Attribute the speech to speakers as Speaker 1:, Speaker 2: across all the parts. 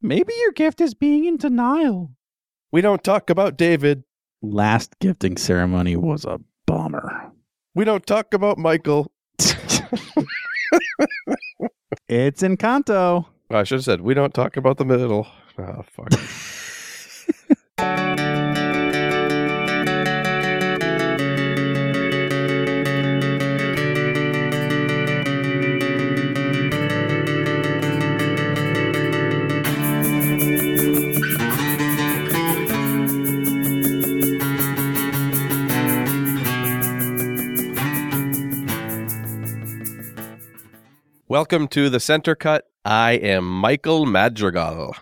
Speaker 1: Maybe your gift is being in denial.
Speaker 2: We don't talk about David.
Speaker 1: Last gifting ceremony was a bummer.
Speaker 2: We don't talk about Michael.
Speaker 1: It's Encanto.
Speaker 2: I should have said we don't talk about the middle. Oh fuck. Welcome to the center cut. I am Michael Madrigal.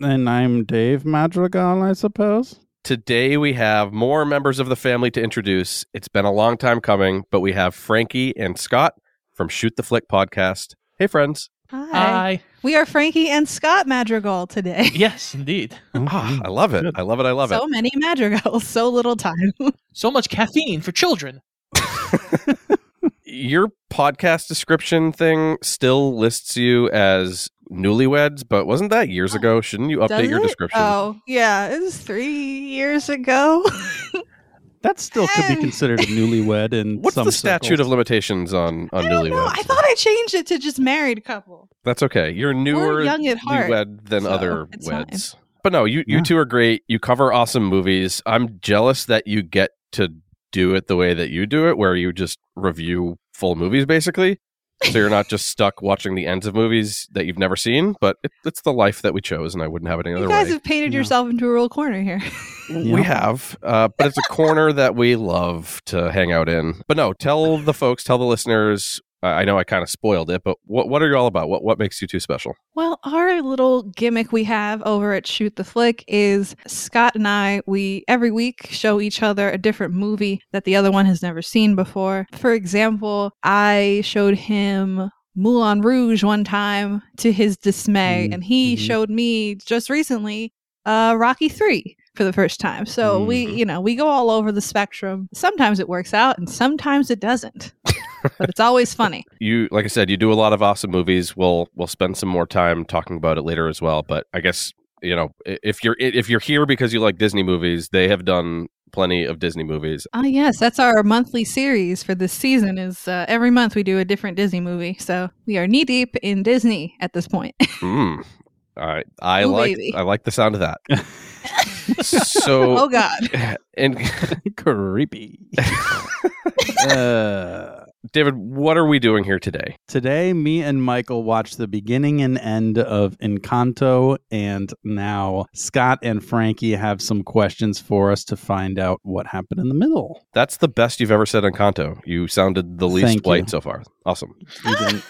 Speaker 1: And I'm Dave Madrigal, I suppose.
Speaker 2: Today we have more members of the family to introduce. It's been a long time coming, but we have Frankie and Scott from Shoot the Flick podcast. Hey friends.
Speaker 3: Hi.
Speaker 4: Aye.
Speaker 3: we are Frankie and Scott Madrigal today.
Speaker 4: yes, indeed.
Speaker 2: Ah, I love it. I love it. I love
Speaker 3: so many madrigals, so little time.
Speaker 4: So much caffeine for children.
Speaker 2: it. Your podcast description thing still lists you as newlyweds, but wasn't that years ago? Shouldn't you update
Speaker 3: Does
Speaker 2: your
Speaker 3: Oh. it?
Speaker 2: description?
Speaker 3: Oh, yeah. It was three years ago.
Speaker 1: That still could be
Speaker 3: Hey.
Speaker 1: considered a newlywed in
Speaker 2: What's
Speaker 1: some
Speaker 2: the statute of
Speaker 1: circles.
Speaker 2: limitations on on
Speaker 3: I don't know.
Speaker 2: newlyweds?
Speaker 3: I thought I changed it to just married couple.
Speaker 2: That's okay. You're newer
Speaker 3: young at heart,
Speaker 2: newled than
Speaker 3: so
Speaker 2: other
Speaker 3: it's
Speaker 2: weds. But no, you you
Speaker 1: Yeah.
Speaker 2: two are great. You cover awesome movies. I'm jealous that you get to do it the way that you do it, where you just review full movies basically. So you're not just stuck watching the ends of movies that you've never seen. But it, it's the life that we chose, and I wouldn't have it any other
Speaker 3: you guys
Speaker 2: way. Mm-hmm.
Speaker 3: have painted
Speaker 1: No.
Speaker 3: yourself into a real corner here.
Speaker 2: We
Speaker 1: Yeah.
Speaker 2: have, uh, but it's a corner that we love to hang out in. But no, tell the folks, tell the listeners. I I know I kind of spoiled it, but what what are you all about? What what makes you two special?
Speaker 3: Well, our little gimmick we have over at Shoot the Flick is Scott and I, we every week show each other a different movie that the other one has never seen before. For example, I showed him Moulin Rouge one time to his dismay,
Speaker 1: Mm,
Speaker 3: and he
Speaker 1: mhm.
Speaker 3: showed me just recently uh, Rocky 3 for the first time. So we,
Speaker 2: Mhm.
Speaker 3: you know, we go all over the spectrum. Sometimes it works out and sometimes it doesn't. but it's always funny.
Speaker 2: you like I said, you do a lot of awesome movies. We'll we'll spend some more time talking about it later as well. But I guess you know i- if you're i- if you're here because you like Disney movies, they have done plenty of Disney movies.
Speaker 3: Ah, yes, that's our monthly series for this season. Is uh, every month we do a different Disney movie, so we are knee deep in Disney at this point.
Speaker 2: Mm. All right, I
Speaker 3: Ooh,
Speaker 2: like
Speaker 3: baby.
Speaker 2: I like the sound of that. so
Speaker 3: oh God,
Speaker 2: and
Speaker 1: Creepy. uh,
Speaker 2: David, what are we doing here today?
Speaker 1: today, me and Michael watched the beginning and end of Encanto, and now Scott and Frankie have some questions for us to find out what happened in the middle.
Speaker 2: That's the best you've ever said on Kanto. You sounded the least
Speaker 1: Thank you.
Speaker 2: white so far. Awesome.
Speaker 1: You didn't-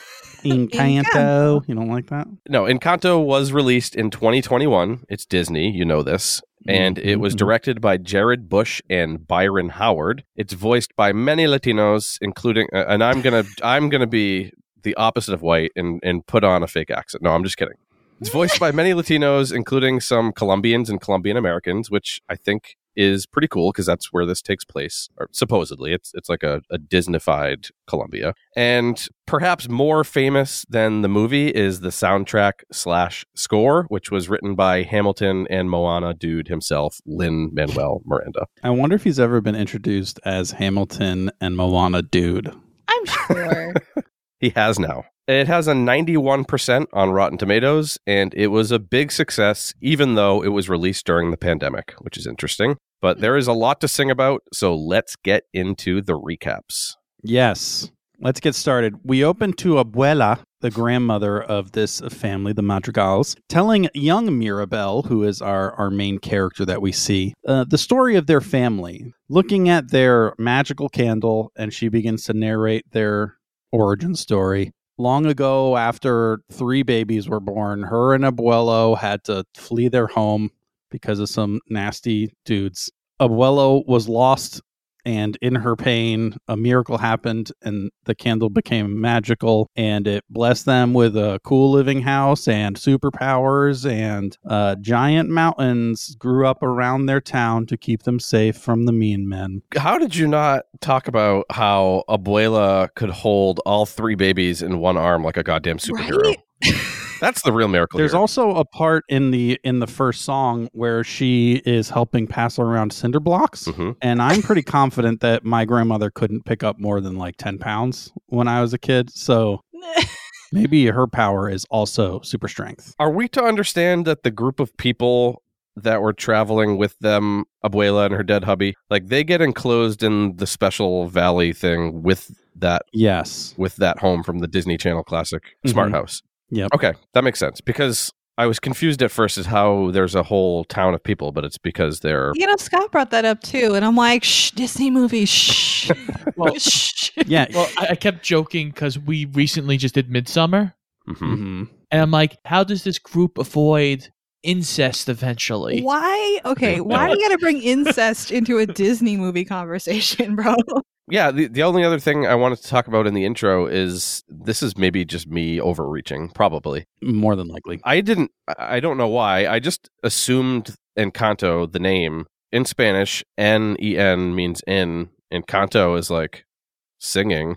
Speaker 1: Encanto. You don't like that?
Speaker 2: No, Encanto was released in 2021. It's Disney, you know this. and it was
Speaker 1: Mhm.
Speaker 2: directed by Jared Bush and Byron Howard. It's voiced by many Latinos, including, uh, and I'm gonna, I'm gonna be the opposite of white and and put on a fake accent. No, I'm just kidding. It's voiced by many Latinos, including some Colombians and Colombian Americans, which I think is pretty cool because that's where this takes place. Or supposedly, it's it's like a, a Disneyfied Colombia, and perhaps more famous than the movie is the soundtrack slash score, which was written by Hamilton and Moana dude himself, Lin Manuel Miranda.
Speaker 1: I wonder if he's ever been introduced as Hamilton and Moana Dude.
Speaker 3: I'm sure.
Speaker 2: He has now. It has a 91% on Rotten Tomatoes, and it was a big success, even though it was released during the pandemic, which is interesting. But there is a lot to sing about, so let's get into the recaps.
Speaker 1: Yes. Let's get started. We open to Abuela, the grandmother of this family, the Madrigals, telling young Mirabel, who is our, our main character that we see, uh, the story of their family, looking at their magical candle, and she begins to narrate their origin story. Long ago, after three babies were born, her and Abuelo had to flee their home because of some nasty dudes. Abuelo was lost and in her pain a miracle happened and the candle became magical and it blessed them with a cool living house and superpowers and uh, giant mountains grew up around their town to keep them safe from the mean men
Speaker 2: How did you not talk about how Abuela could hold all three babies in one arm like a goddamn superhero?
Speaker 3: Right?
Speaker 2: That's the real miracle.
Speaker 1: There's
Speaker 2: here.
Speaker 1: also a part in the in the first song where she is helping pass around cinder blocks,
Speaker 2: Mhm.
Speaker 1: and I'm pretty confident that my grandmother couldn't pick up more than like 10 pounds when I was a kid. So maybe her power is also super strength.
Speaker 2: Are we to understand that the group of people that were traveling with them, Abuela and her dead hubby, like they get enclosed in the special valley thing with that
Speaker 1: Yes.
Speaker 2: with that home from the Disney Channel classic Smart
Speaker 1: Mhm.
Speaker 2: House?
Speaker 1: Yep.
Speaker 2: Okay, that makes sense because I was confused at first as how there's a whole town of people, but it's because they're
Speaker 3: You know, Scott brought that up too, and I'm like, shh, Disney movies, shh,
Speaker 4: Well-
Speaker 3: shh.
Speaker 1: Yeah.
Speaker 4: Well, I, I kept joking because we recently just did Midsummer,
Speaker 2: Mhm.
Speaker 1: Mhm.
Speaker 4: and I'm like, how does this group avoid incest eventually?
Speaker 3: Why? Okay, why do you got to bring incest into a Disney movie conversation, bro?
Speaker 2: Yeah, the, the only other thing I wanted to talk about in the intro is this is maybe just me overreaching, probably.
Speaker 1: More than likely.
Speaker 2: I didn't, I I don't know why. I just assumed Encanto, the name in Spanish, N E N means in, and canto is like singing.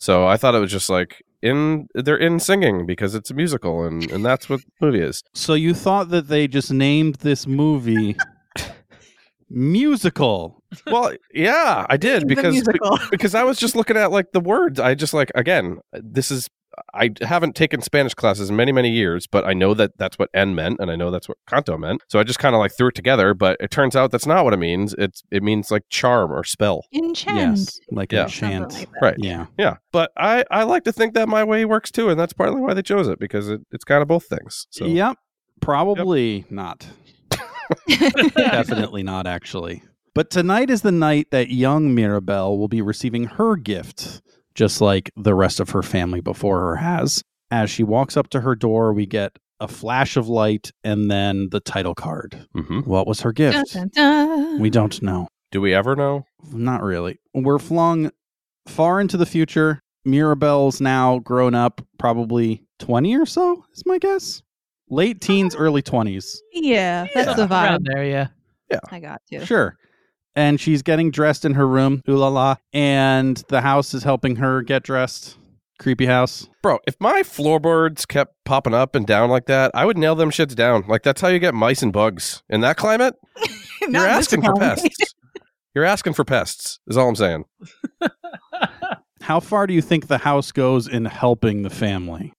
Speaker 2: So I thought it was just like in, they're in singing because it's a musical and, and that's what the movie is.
Speaker 1: So you thought that they just named this movie musical.
Speaker 2: Well, yeah, I did
Speaker 3: the
Speaker 2: because
Speaker 3: musical.
Speaker 2: because I was just looking at like the words. I just like again, this is I haven't taken Spanish classes in many many years, but I know that that's what N meant, and I know that's what Canto meant. So I just kind of like threw it together, but it turns out that's not what it means. It's it means like charm or spell,
Speaker 3: Enchant.
Speaker 1: Yes. Like
Speaker 2: Yeah.
Speaker 1: a chant.
Speaker 3: Something like that.
Speaker 2: right?
Speaker 1: yeah.
Speaker 2: Yeah, but I I like to think that my way works too, and that's partly why they chose it because it, it's kind of both things. So
Speaker 1: Yep. Probably not. Definitely not, actually. But tonight is the night that young Mirabelle will be receiving her gift, just like the rest of her family before her has. As she walks up to her door, we get a flash of light and then the title card.
Speaker 2: hmm
Speaker 1: What was her
Speaker 3: Dun,
Speaker 1: gift?
Speaker 3: dun, dun.
Speaker 1: We don't know.
Speaker 2: do we ever know?
Speaker 1: Not really. We're flung far into the future. Mirabelle's now grown up, probably 20 or so, is my guess. Late
Speaker 3: Oh,
Speaker 1: teens, early 20s.
Speaker 3: yeah, that's the vibe
Speaker 4: Around there, yeah.
Speaker 3: I got too.
Speaker 1: Sure. And she's getting dressed in her room, ooh la la, and the house is helping her get dressed. Creepy house.
Speaker 2: Bro, if my floorboards kept popping up and down like that, I would nail them shits down. Like that's how you get mice and bugs in that climate.
Speaker 3: Not
Speaker 2: You're
Speaker 3: this
Speaker 2: asking for
Speaker 3: one.
Speaker 2: pests. You're asking for pests, is all I'm saying.
Speaker 1: How far do you think the house goes in helping the family?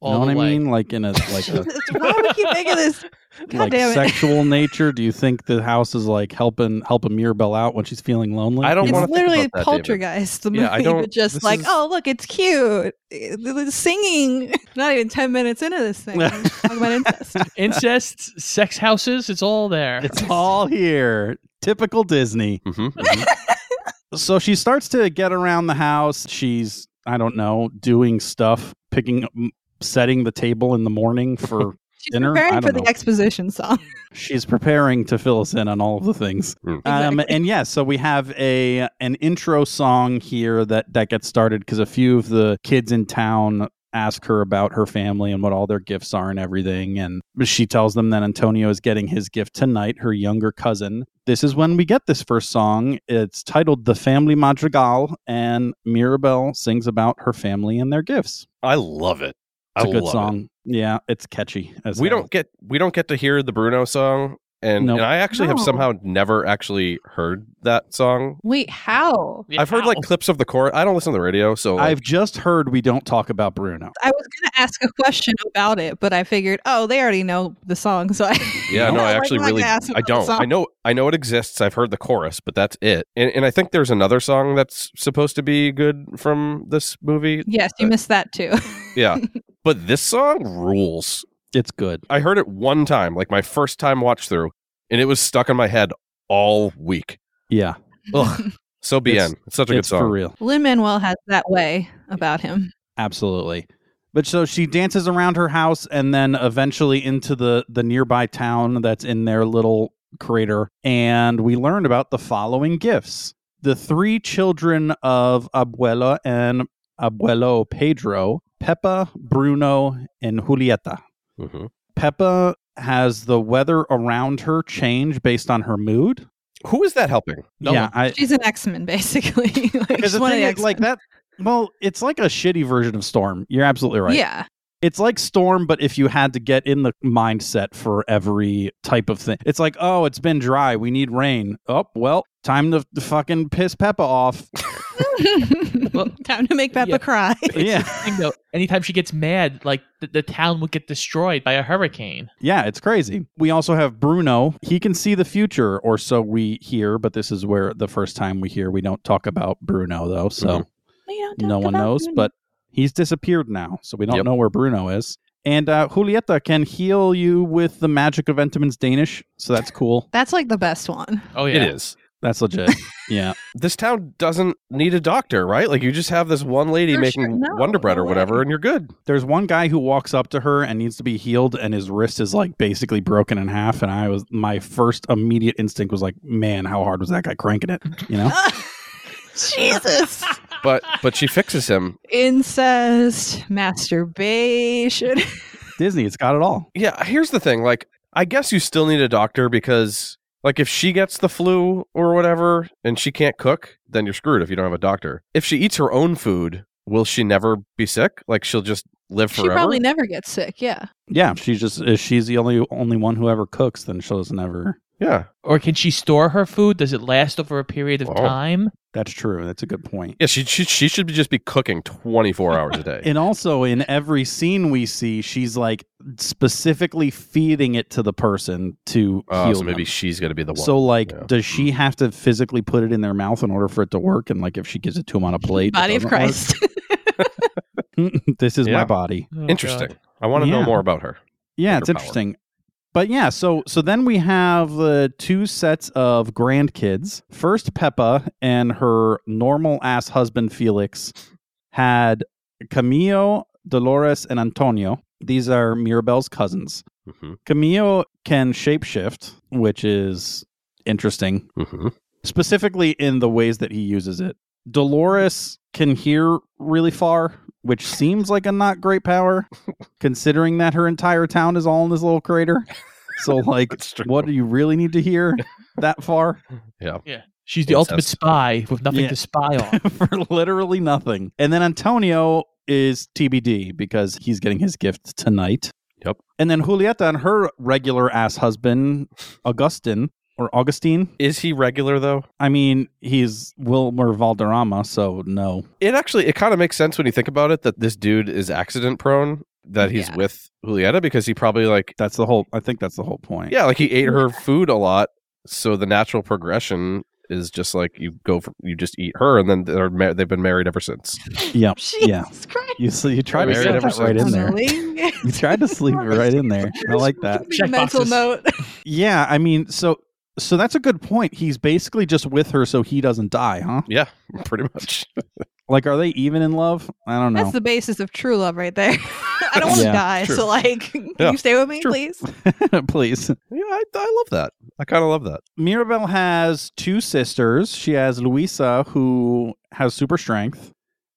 Speaker 1: You know
Speaker 4: All
Speaker 1: what
Speaker 4: the
Speaker 1: I
Speaker 4: way.
Speaker 1: mean? Like in a like a
Speaker 3: Why do we keep making this? God
Speaker 1: like
Speaker 3: damn it.
Speaker 1: sexual nature? Do you think the house is like helping helping Mirabelle out when she's feeling lonely?
Speaker 2: I don't
Speaker 1: You
Speaker 2: wanna
Speaker 1: know?
Speaker 2: think
Speaker 3: It's literally
Speaker 2: about that, David.
Speaker 3: Poltergeist, the movie,
Speaker 2: Yeah, I don't-
Speaker 3: but just
Speaker 2: this
Speaker 3: like,
Speaker 2: is-
Speaker 3: oh, look, it's cute. Eh, The singing. Not even 10 minutes into this thing. Talk about incest.
Speaker 4: incest, sex houses, it's all there.
Speaker 1: It's all here. Typical Disney.
Speaker 2: hmm
Speaker 1: So she starts to get around the house. She's, I don't know, doing stuff, picking, m- setting the table in the morning for.
Speaker 3: She's
Speaker 1: Dinner? I
Speaker 3: preparing for
Speaker 1: don't know.
Speaker 3: the exposition song.
Speaker 1: she's preparing to fill us in on all of the things.
Speaker 2: Mm.
Speaker 1: Um,
Speaker 3: Exactly.
Speaker 1: and yes, so we have a an intro song here that that gets started because a few of the kids in town ask her about her family and what all their gifts are and everything. And she tells them that Antonio is getting his gift tonight, her younger cousin. This is when we get this first song. It's titled The Family Madrigal, and Mirabelle sings about her family and their gifts.
Speaker 2: I love it.
Speaker 1: It's a
Speaker 2: I
Speaker 1: good
Speaker 2: love
Speaker 1: song. Yeah, it's catchy. As
Speaker 2: it. We
Speaker 1: hell.
Speaker 2: don't get we don't get to hear the Bruno song, and,
Speaker 1: Nope.
Speaker 2: and I actually have
Speaker 3: No.
Speaker 2: somehow never actually heard that song.
Speaker 3: Wait, how?
Speaker 4: Yeah,
Speaker 2: I've heard like
Speaker 4: ow.
Speaker 2: clips of the chorus. I don't listen to the radio, so like,
Speaker 1: I've just heard we don't talk about Bruno.
Speaker 3: I was going to ask a question about it, but I figured, oh, they already know the song. So I.
Speaker 2: yeah, no, I
Speaker 3: Like,
Speaker 2: actually
Speaker 3: I'm not
Speaker 2: really
Speaker 3: gonna ask
Speaker 2: I
Speaker 3: about the
Speaker 2: don't.
Speaker 3: song.
Speaker 2: I know I know it exists. I've heard the chorus, but that's it. And, and I think there's another song that's supposed to be good from this movie.
Speaker 3: Yes, you missed that too.
Speaker 2: Yeah, but this song rules.
Speaker 1: It's good.
Speaker 2: I heard it one time, like my first time watch through, and it was stuck in my head all week.
Speaker 1: Yeah,
Speaker 2: Ugh. So BN.
Speaker 1: It's-
Speaker 2: It's, such a good
Speaker 1: it's for
Speaker 2: song.
Speaker 1: real.
Speaker 3: Lin Manuel has that way about him.
Speaker 1: Absolutely. But so she dances around her house and then eventually into the the nearby town that's in their little crater and we learn about the following gifts. The three children of Abuela and Abuelo Pedro, Peppa, Bruno, and Julieta.
Speaker 2: hmm
Speaker 1: Peppa has the weather around her change based on her mood.
Speaker 2: Who is that helping?
Speaker 4: No
Speaker 1: yeah,
Speaker 4: one.
Speaker 1: I
Speaker 3: She's an X Men, basically. like,
Speaker 1: because
Speaker 3: she's
Speaker 1: the
Speaker 3: one of
Speaker 1: thing
Speaker 3: the
Speaker 1: is, like
Speaker 3: X-Men.
Speaker 1: that well, it's like a shitty version of Storm. You're absolutely right.
Speaker 3: Yeah.
Speaker 1: It's like Storm, but if you had to get in the mindset for every type of thing, it's like, oh, it's been dry. We need rain. Oh, well, time to f- fucking piss Peppa off.
Speaker 4: Well,
Speaker 3: Time to make Peppa
Speaker 4: yeah.
Speaker 3: cry.
Speaker 1: yeah.
Speaker 4: thing though, anytime she gets mad, like the, the town would get destroyed by a hurricane.
Speaker 1: Yeah, it's crazy. We also have Bruno. He can see the future, or so we hear, but this is where the first time we hear. We don't talk about Bruno, though, so
Speaker 2: Mhm.
Speaker 3: We don't
Speaker 1: no
Speaker 3: talk
Speaker 1: one
Speaker 3: about
Speaker 1: knows,
Speaker 3: Bruno.
Speaker 1: but he's disappeared now, so we don't
Speaker 2: Yep.
Speaker 1: know where Bruno is. And uh, Julieta can heal you with the magic of Entenmann's Danish, so that's cool.
Speaker 3: that's like the best one.
Speaker 4: Oh
Speaker 2: It
Speaker 4: yeah,
Speaker 2: is.
Speaker 1: That's legit. yeah.
Speaker 2: This town doesn't need a doctor, right? Like you just have this one lady
Speaker 3: For
Speaker 2: making
Speaker 3: sure, no,
Speaker 2: Wonder Bread
Speaker 3: no
Speaker 2: or
Speaker 3: way.
Speaker 2: whatever, and you're good.
Speaker 1: There's one guy who walks up to her and needs to be healed, and his wrist is like basically broken in half. And I was, my first immediate instinct was like, man, how hard was that guy cranking it? You know?
Speaker 3: Jesus.
Speaker 2: But but she fixes him.
Speaker 3: Incest, masturbation.
Speaker 1: Disney, it's got it all.
Speaker 2: Yeah, here's the thing. Like, I guess you still need a doctor because, like, if she gets the flu or whatever and she can't cook, then you're screwed if you don't have a doctor. If she eats her own food, will she never be sick? Like, she'll just live
Speaker 3: She
Speaker 2: forever.
Speaker 3: probably never gets sick. Yeah.
Speaker 1: Yeah, she's just if she's the only only one who ever cooks, then she'll just never.
Speaker 2: yeah,
Speaker 4: Or can she store her food? Does it last over a period of
Speaker 2: Wow.
Speaker 4: time?
Speaker 1: That's true. That's a good point.
Speaker 2: yeah. She she she should be- just be cooking 24 hours a day.
Speaker 1: And also in every scene we see, she's like specifically feeding it to the person to
Speaker 2: Oh,
Speaker 1: heal.
Speaker 2: so maybe
Speaker 1: them.
Speaker 2: she's gonna be the one.
Speaker 1: so like,
Speaker 2: Yeah. Mm-hmm.
Speaker 1: does she have to physically put it in their mouth in order for it to work? And like, if she gives it to them on a plate, it
Speaker 3: Body of
Speaker 1: doesn't work?
Speaker 3: Christ.
Speaker 1: this is my
Speaker 2: Yeah.
Speaker 1: body.
Speaker 4: Oh,
Speaker 2: interesting.
Speaker 4: God.
Speaker 2: I want to know
Speaker 1: Yeah.
Speaker 2: more about her.
Speaker 1: Yeah, it's
Speaker 2: Underpowered.
Speaker 1: interesting. But yeah, so so then we have the two sets of grandkids. First, Peppa and her normal ass husband Felix had Camillo, Dolores, and Antonio. These are Mirabelle's cousins.
Speaker 2: hmm
Speaker 1: Camillo can shapeshift, which is interesting
Speaker 2: hmm
Speaker 1: specifically in the ways that he uses it. Dolores can hear really far, which seems like a not great power, considering that her entire town is all in this little crater. So, like,
Speaker 2: That's true.
Speaker 1: what do you really need to hear that far
Speaker 4: Yeah, she's the ultimate
Speaker 2: Incest.
Speaker 4: spy with nothing
Speaker 1: Yeah.
Speaker 4: to spy on.
Speaker 1: for literally nothing? And then Antonio is TBD because he's getting his gift tonight.
Speaker 2: Yep.
Speaker 1: And then Julieta and her regular ass husband, Augustin or Augustine.
Speaker 2: Is he regular though?
Speaker 1: I mean, he's Wilmer Valderrama, so no.
Speaker 2: it actually it kind of makes sense when you think about it that this dude is accident prone that he's
Speaker 3: Yeah.
Speaker 2: with Julieta because he probably like
Speaker 1: That's the whole. I think that's the whole point.
Speaker 2: yeah like he ate her food a lot so the natural progression is just like you go for, you just eat her and then they're mar- they've been married ever since.
Speaker 1: Yeah.
Speaker 3: Jesus
Speaker 1: Yeah.
Speaker 3: Christ.
Speaker 1: You so you tried to
Speaker 2: Married
Speaker 1: slip
Speaker 2: ever
Speaker 1: that right in
Speaker 2: since.
Speaker 1: there.
Speaker 3: Unbelievable.
Speaker 1: You tried to sleep it right in there. I like that.
Speaker 4: Check
Speaker 3: Mental
Speaker 4: boxes.
Speaker 3: note.
Speaker 1: Yeah, I mean, so so that's a good point. He's basically just with her so he doesn't die, huh?
Speaker 2: Yeah, pretty much.
Speaker 1: Like, are they even in love? I don't know.
Speaker 3: That's the basis of true love right there. I don't want to
Speaker 1: Yeah,
Speaker 3: die,
Speaker 2: true.
Speaker 3: so like, can
Speaker 2: Yeah,
Speaker 3: you stay with me,
Speaker 1: true.
Speaker 3: please?
Speaker 1: Please.
Speaker 2: Yeah, I, I love that. I kind of love that.
Speaker 1: Mirabel has two sisters. She has Luisa, who has super strength,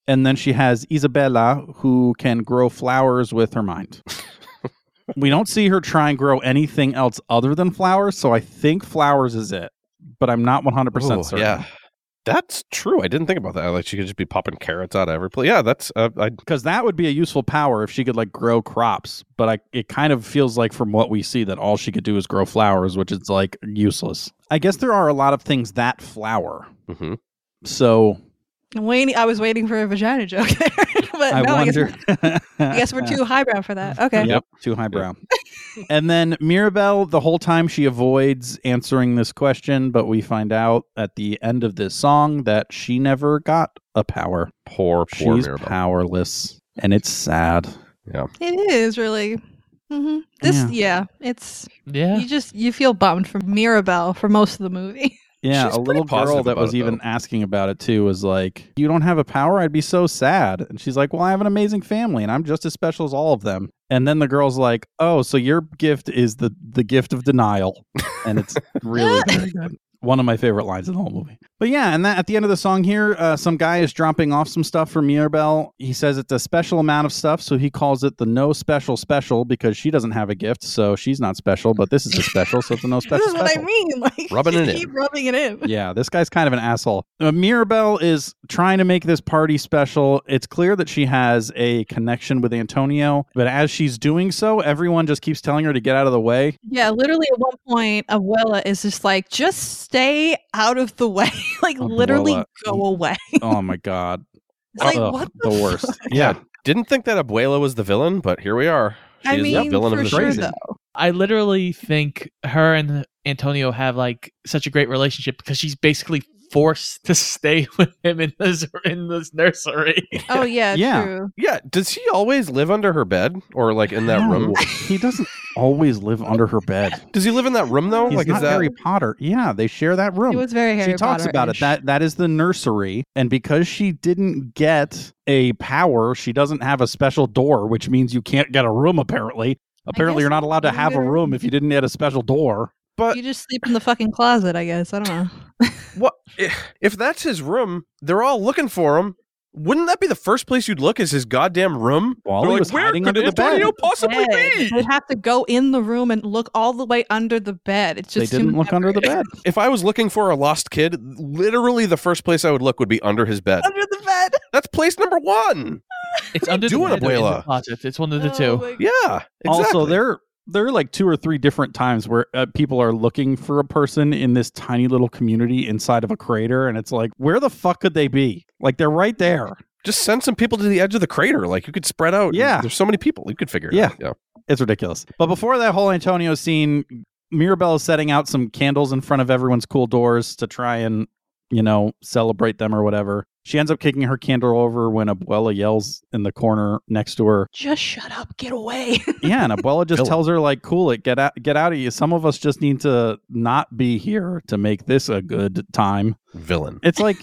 Speaker 1: and then she has Isabella, who can grow flowers with her mind. we don't see her try and grow anything else other than flowers, so I think flowers is it, but I'm not 100%
Speaker 2: Ooh,
Speaker 1: certain.
Speaker 2: yeah. That's true. I didn't think about that. Like she could just be popping carrots out of every place. Yeah, that's uh, I
Speaker 1: Because that would be a useful power if she could like grow crops, but I, it kind of feels like from what we see that all she could do is grow flowers, which is like useless. I guess there are a lot of things that flower.
Speaker 2: mhm.
Speaker 1: So
Speaker 3: I'm waiting. I was waiting for a vagina joke there, but
Speaker 1: I
Speaker 3: no, I guess,
Speaker 1: wonder. I guess,
Speaker 3: I guess we're too highbrow for that. Okay.
Speaker 1: Yep, too highbrow. and then Mirabelle, the whole time she avoids answering this question, but we find out at the end of this song that she never got a power.
Speaker 2: Poor poor
Speaker 1: She's
Speaker 2: Mirabelle.
Speaker 1: powerless, and it's sad.
Speaker 3: It is really. hmm This,
Speaker 1: Yeah.
Speaker 3: yeah. it's
Speaker 4: Yeah,
Speaker 3: you just you feel bummed for Mirabelle for most of the movie.
Speaker 1: Yeah,
Speaker 2: She's
Speaker 1: a little
Speaker 2: pretty positive
Speaker 1: girl that
Speaker 2: about
Speaker 1: was
Speaker 2: it,
Speaker 1: even
Speaker 2: though.
Speaker 1: asking about it too was like, "You don't have a power? I'd be so sad." And she's like, "Well, I have an amazing family, and I'm just as special as all of them." And then the girl's like, "Oh, so your gift is the the gift of denial," and it's really very good. One of my favorite lines in the whole movie. But yeah, and that at the end of the song here, uh, some guy is dropping off some stuff for Mirabelle. He says it's a special amount of stuff, so he calls it the no special special because she doesn't have a gift, so she's not special. But this is a special, so it's a no special.
Speaker 3: this is what I
Speaker 1: special.
Speaker 3: mean. Like
Speaker 2: Rubbing
Speaker 3: you
Speaker 2: it in.
Speaker 3: keep rubbing it in.
Speaker 1: Yeah, this guy's kind of an asshole. Uh, Mirabelle is trying to make this party special. It's clear that she has a connection with Antonio, but as she's doing so, everyone just keeps telling her to get out of the way.
Speaker 3: Yeah, literally at one point, Abuela is just like, just stay out of the way. like, literally
Speaker 1: Abuela.
Speaker 3: go away.
Speaker 1: oh my god,
Speaker 3: It's like,
Speaker 1: Ugh,
Speaker 3: what the,
Speaker 1: the,
Speaker 3: fuck?
Speaker 1: worst.
Speaker 2: Yeah. Didn't think that Abuela was the villain, but here we are. She
Speaker 3: I
Speaker 2: is
Speaker 3: mean,
Speaker 2: the villain
Speaker 3: for
Speaker 2: of the
Speaker 3: sure,
Speaker 1: crazy.
Speaker 2: season.
Speaker 3: though.
Speaker 4: I literally think her and Antonio have like such a great relationship because she's basically forced to stay with him in this in this nursery.
Speaker 3: Oh, yeah,
Speaker 1: Yeah.
Speaker 3: true.
Speaker 2: Yeah. Does she always live under her bed or like in that
Speaker 1: No,
Speaker 2: room?
Speaker 1: he doesn't always live under her bed.
Speaker 2: Does he live in that room though?
Speaker 1: He's
Speaker 2: like
Speaker 1: not
Speaker 2: is that
Speaker 1: Harry Potter. Yeah, they share that room.
Speaker 3: It was very Harry
Speaker 1: she talks about it.
Speaker 3: Potter-ish.
Speaker 1: That that is the nursery, and because she didn't get a power, she doesn't have a special door, which means you can't get a room. Apparently, apparently
Speaker 3: guess
Speaker 1: you're not allowed to
Speaker 3: you
Speaker 1: have a
Speaker 3: get a
Speaker 1: room
Speaker 3: room.
Speaker 1: if you didn't get a special door.
Speaker 2: but
Speaker 3: You just sleep in the fucking closet, I guess. I don't know.
Speaker 2: what if that's his room, they're all looking for him. Wouldn't that be the first place you'd look? Is his goddamn room?
Speaker 1: Well,
Speaker 2: They're
Speaker 1: he
Speaker 2: like,
Speaker 1: was
Speaker 2: where
Speaker 1: hiding
Speaker 2: could
Speaker 1: under the bed.
Speaker 2: Antonio possibly
Speaker 3: Bed.
Speaker 2: be?
Speaker 3: They'd have to go in the room and look all the way under the bed. It's
Speaker 1: They
Speaker 3: just
Speaker 1: didn't
Speaker 3: too
Speaker 1: look under the
Speaker 3: elaborate.
Speaker 1: bed.
Speaker 2: If I was looking for a lost kid, literally the first place I would look would be under his bed.
Speaker 3: Under the bed.
Speaker 2: That's place number one.
Speaker 4: It's under the
Speaker 2: doing,
Speaker 4: bed or in the
Speaker 2: Abuela?
Speaker 4: closet. It's one of the
Speaker 3: Oh
Speaker 4: two.
Speaker 3: my God.
Speaker 2: Yeah. Exactly.
Speaker 1: Also, there there are like two or three different times where uh, people are looking for a person in this tiny little community inside of a crater, and it's like, where the fuck could they be? Like they're right there.
Speaker 2: just send some people to the edge of the crater. Like you could spread out.
Speaker 1: Yeah.
Speaker 2: There's so many people. You could figure it
Speaker 1: Yeah.
Speaker 2: out. Yeah.
Speaker 1: It's ridiculous. But before that whole Antonio scene, Mirabelle is setting out some candles in front of everyone's cool doors to try and, you know, celebrate them or whatever. She ends up kicking her candle over when Abuela yells in the corner next to her.
Speaker 3: Just shut up. Get away.
Speaker 1: Yeah, and Abuela just
Speaker 2: Kill her.
Speaker 1: tells her like, "Cool it, get out, get out of you. Some of us just need to not be here to make this a good time."
Speaker 2: Villain.
Speaker 1: It's like,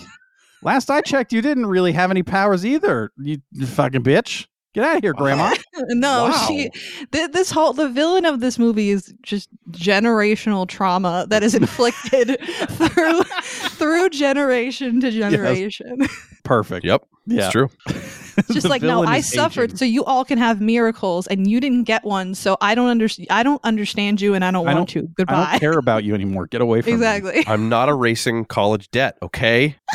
Speaker 1: last I checked, you didn't really have any powers either. You, you fucking bitch, get out of here, Grandma.
Speaker 3: no,
Speaker 2: Wow.
Speaker 3: Oh, she. Th- this whole the villain of this movie is just generational trauma that is inflicted through through generation to generation.
Speaker 1: Perfect.
Speaker 2: Yep.
Speaker 1: Yeah.
Speaker 2: It's true.
Speaker 3: It's just
Speaker 1: The
Speaker 3: like no,
Speaker 1: villain
Speaker 3: I
Speaker 1: is
Speaker 3: suffered,
Speaker 1: aging.
Speaker 3: so you all can have miracles, and you didn't get one, so I don't understand. I don't understand you, and I don't
Speaker 1: I
Speaker 3: want you.
Speaker 1: I don't
Speaker 3: Goodbye.
Speaker 1: care about you anymore. Get away from me.
Speaker 3: Exactly.
Speaker 2: I'm not erasing college debt. Okay.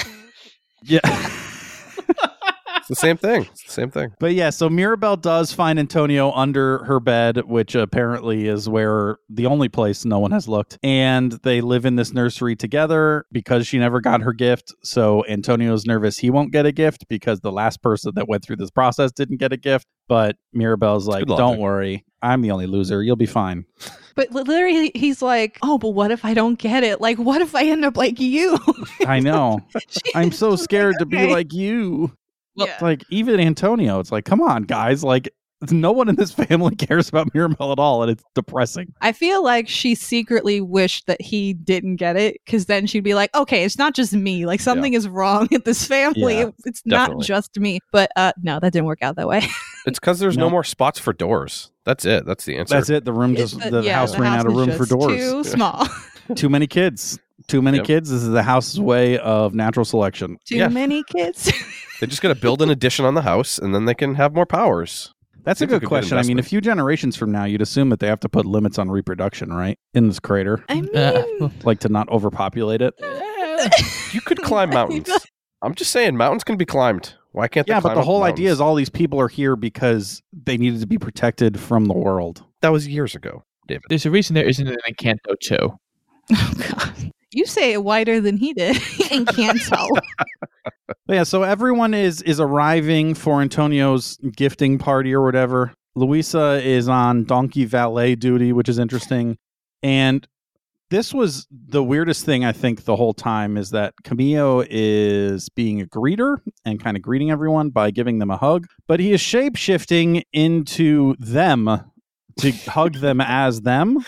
Speaker 1: Yeah.
Speaker 2: It's the same thing. It's the same thing.
Speaker 1: But yeah, so Mirabelle does find Antonio under her bed, which apparently is where the only place no one has looked. And they live in this nursery together because she never got her gift. So Antonio's nervous he won't get a gift because the last person that went through this process didn't get a gift. But Mirabelle's like,
Speaker 2: good logic.
Speaker 1: don't worry. I'm the only loser. You'll be fine.
Speaker 3: But li- literally, he's like, "Oh, but what if I don't get it? Like, what if I end up like you?"
Speaker 1: I know.
Speaker 3: She-
Speaker 1: I'm so scared to be
Speaker 3: okay.
Speaker 1: like you.
Speaker 4: Well,
Speaker 3: Yeah.
Speaker 1: It's like even Antonio, it's like, come on, guys. Like no one in this family cares about Mirabelle at all, and it's depressing.
Speaker 3: I feel like she secretly wished that he didn't get it because then she'd be like, okay, it's not just me. Like something is wrong at this family.
Speaker 1: Yeah,
Speaker 3: It- it's
Speaker 2: definitely.
Speaker 3: not just me. But uh, no, that didn't work out that way.
Speaker 2: It's because there's no.
Speaker 1: No.
Speaker 2: more spots for doors. That's it. That's the answer.
Speaker 1: That's it. The room just
Speaker 3: It's-
Speaker 1: the
Speaker 3: yeah,
Speaker 1: house ran out of
Speaker 3: was
Speaker 1: room for
Speaker 3: just
Speaker 1: doors.
Speaker 3: Too
Speaker 2: Yeah.
Speaker 3: small.
Speaker 1: Too many kids. Too many
Speaker 2: Yep.
Speaker 1: kids. This is the house's way of natural selection.
Speaker 3: Too
Speaker 2: Yeah.
Speaker 3: many kids.
Speaker 2: They just got to build an addition on the house, and then they can have more powers.
Speaker 1: That's a
Speaker 2: Seems like
Speaker 1: good
Speaker 2: a good
Speaker 1: question. I mean, a
Speaker 2: investment.
Speaker 1: few generations from now, you'd assume that they have to put limits on reproduction, right? In this crater,
Speaker 3: I mean,
Speaker 4: uh,
Speaker 1: like to not overpopulate it.
Speaker 2: You could climb mountains. I'm just saying, mountains can be climbed. Why can't they?
Speaker 1: Yeah, but
Speaker 2: climb
Speaker 1: the
Speaker 2: up
Speaker 1: whole idea
Speaker 2: mountains?
Speaker 1: is all these people are here because they needed to be protected from the world.
Speaker 2: that was years ago, David.
Speaker 4: there's a reason there isn't an Encanto two.
Speaker 3: oh, God. You say it whiter than he did and can't tell.
Speaker 1: But yeah, so everyone is is arriving for Antonio's gifting party or whatever. Luisa is on donkey valet duty, which is interesting. And this was the weirdest thing I think the whole time is that Camillo is being a greeter and kind of greeting everyone by giving them a hug, but he is shape shifting into them to hug them as them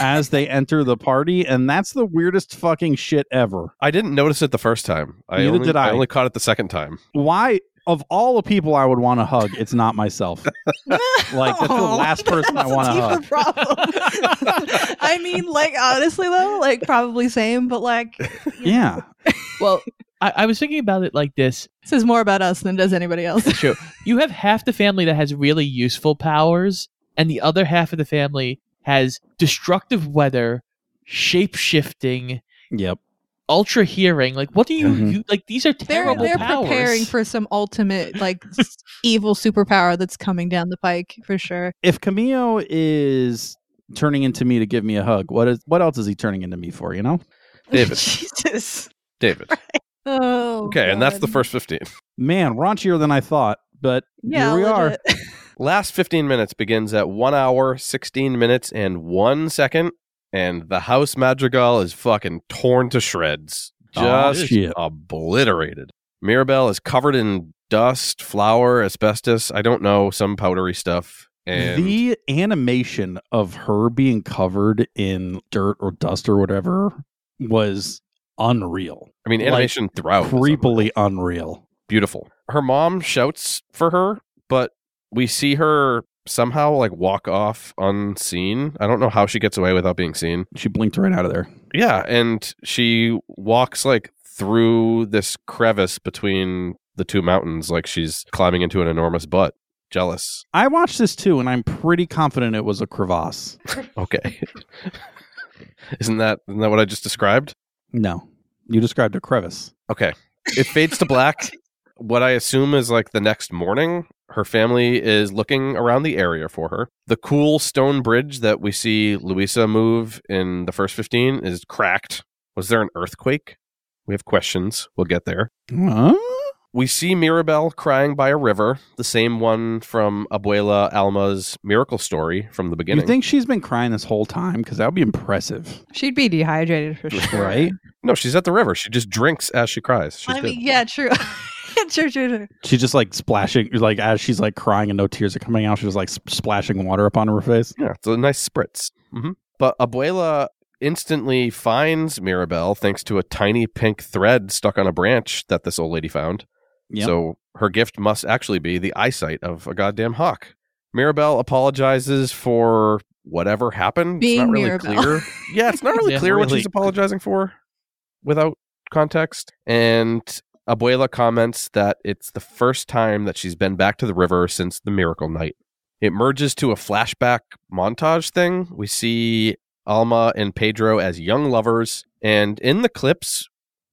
Speaker 1: as they enter the party, and that's the weirdest fucking shit ever.
Speaker 2: I didn't notice it the first time. I
Speaker 1: Neither
Speaker 2: only,
Speaker 1: did I.
Speaker 2: only caught it the second time.
Speaker 1: why of all the people I would want to hug, it's not myself. Like that's the
Speaker 3: Aw.
Speaker 1: last person I
Speaker 3: Oh, That's a
Speaker 1: want to
Speaker 3: deeper
Speaker 1: hug.
Speaker 3: problem. I mean, like honestly though, like probably same, but like you know.
Speaker 1: Yeah.
Speaker 4: Well, I, I was thinking about it like this.
Speaker 3: This is more about us than does anybody else.
Speaker 4: Sure. You have half the family that has really useful powers, and the other half of the family has destructive weather, shape shifting,
Speaker 1: Yep.
Speaker 4: ultra hearing. Like, what do you,
Speaker 1: Mhm.
Speaker 4: you like? These are
Speaker 3: They're
Speaker 4: terrible
Speaker 3: they're
Speaker 4: powers.
Speaker 3: preparing for some ultimate like s- evil superpower that's coming down the pike for sure.
Speaker 1: If Camillo is turning into me to give me a hug, what is what else is he turning into me for? You know.
Speaker 2: David.
Speaker 3: Jesus.
Speaker 2: David.
Speaker 3: Oh.
Speaker 2: Okay, and that's the
Speaker 3: God.
Speaker 2: first 15.
Speaker 1: Man, raunchier than I thought, but
Speaker 3: Yeah,
Speaker 1: here we are.
Speaker 3: legit.
Speaker 2: Last 15 minutes begins at 1 hour, 16 minutes, and 1 second. And the house madrigal is fucking torn to shreds.
Speaker 1: Aw,
Speaker 2: Just
Speaker 1: shit.
Speaker 2: obliterated. Mirabelle is covered in dust, flour, asbestos. I don't know, some powdery stuff. And
Speaker 1: the animation of her being covered in dirt or dust or whatever was unreal.
Speaker 2: I mean,
Speaker 1: like,
Speaker 2: animation throughout. is
Speaker 1: Creepily unreal.
Speaker 2: beautiful. Her mom shouts for her, but we see her somehow like walk off unseen. I don't know how she gets away without being seen.
Speaker 1: She blinked right out of there.
Speaker 2: Yeah, and she walks like through this crevice between the two mountains, like she's climbing into an enormous butt. Jealous.
Speaker 1: I watched this too, and I'm pretty confident it was a crevasse.
Speaker 2: Okay. isn't that isn't that what I just described?
Speaker 1: No, you described a crevice.
Speaker 2: Okay. It fades to black. What I assume is like the next morning, her family is looking around the area for her. The cool stone bridge that we see Louisa move in the first 15 is cracked. Was there an earthquake? We have questions. We'll get there.
Speaker 1: Huh?
Speaker 2: We see Mirabelle crying by a river, the same one from Abuela Alma's miracle story from the
Speaker 1: You
Speaker 2: beginning.
Speaker 1: think she's been crying this whole time? Because that would be impressive,
Speaker 3: She'd be dehydrated for sure.
Speaker 1: right?
Speaker 2: no, she's at the river. She just drinks as she cries. She's
Speaker 3: I mean,
Speaker 2: dead.
Speaker 3: yeah, true. true, true, true.
Speaker 1: she's just like splashing, like as she's like crying and no tears are coming out, she's just like sp- splashing water up on her face.
Speaker 2: Yeah, it's a nice spritz. hmm But Abuela instantly finds Mirabelle thanks to a tiny pink thread stuck on a branch that this old lady found.
Speaker 1: Yep.
Speaker 2: So her gift must actually be the eyesight of a goddamn hawk. Mirabelle apologizes for whatever happened. it's
Speaker 3: Being
Speaker 2: not really
Speaker 3: Mirabelle.
Speaker 2: clear. Yeah, it's not really
Speaker 4: Yeah.
Speaker 2: clear what
Speaker 1: Really.
Speaker 2: she's apologizing for without context. And Abuela comments that it's the first time that she's been back to the river since the miracle night. It merges to a flashback montage thing. We see Alma and Pedro as young lovers, and in the clips,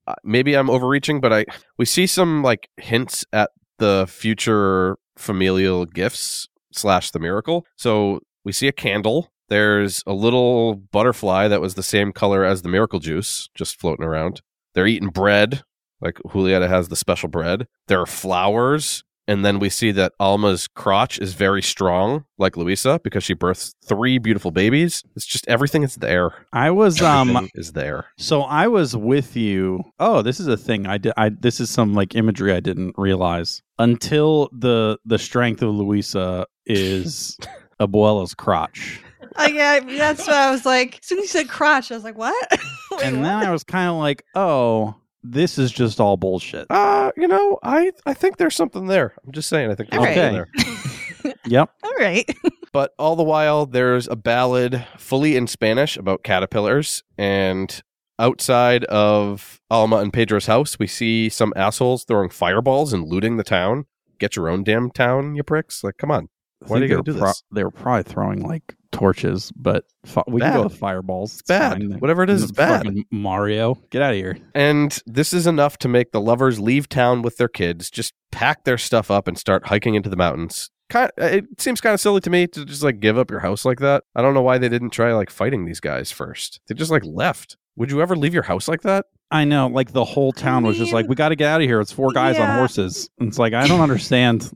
Speaker 2: uh, maybe I'm overreaching, but I we see some like hints at the future familial gifts slash the miracle. So we see a candle. There's a little butterfly that was the same color as the miracle juice, just floating around. They're eating bread, like Julieta has the special bread. There are flowers, and then we see that Alma's crotch is very strong, like Luisa, because she births three beautiful babies. It's just everything is there.
Speaker 1: I was um
Speaker 2: Everything is there.
Speaker 1: So I was with you. Oh, this is a thing. I did. I this is some like imagery I didn't realize until the the strength of Luisa is Abuela's crotch,
Speaker 3: I, yeah, that's what I was like. As soon as you said crotch, I was like, what? Wait,
Speaker 1: and
Speaker 3: what?
Speaker 1: then I was kind of like, oh, this is just all bullshit.
Speaker 2: Uh, you know, I I think there's something there. I'm just saying, I think there's
Speaker 3: All right.
Speaker 2: something there.
Speaker 1: Yep.
Speaker 3: All right.
Speaker 2: But all the while, there's a ballad fully in Spanish about caterpillars. And outside of Alma and Pedro's house, we see some assholes throwing fireballs and looting the town. Get your own damn town, you pricks. Like, come on.
Speaker 1: I
Speaker 2: Why
Speaker 1: think
Speaker 2: do you gotta
Speaker 1: they're
Speaker 2: do
Speaker 1: pro-
Speaker 2: this?
Speaker 1: They were probably throwing like torches, but fi- we can
Speaker 2: Bad.
Speaker 1: go with fireballs. It's
Speaker 2: bad.
Speaker 1: fine.
Speaker 2: Whatever it is, it's bad.
Speaker 1: Fucking Mario, get out of here.
Speaker 2: And this is enough to make the lovers leave town with their kids, just pack their stuff up and start hiking into the mountains. Kind it seems kind of silly to me to just like give up your house like that. I don't know why they didn't try like fighting these guys first. They just like left. Would you ever leave your house like that?
Speaker 1: I know, like the whole town was just
Speaker 3: mean-
Speaker 1: like, "We got to get out of here." It's four guys on
Speaker 3: Yeah.
Speaker 1: horses. And it's like I don't understand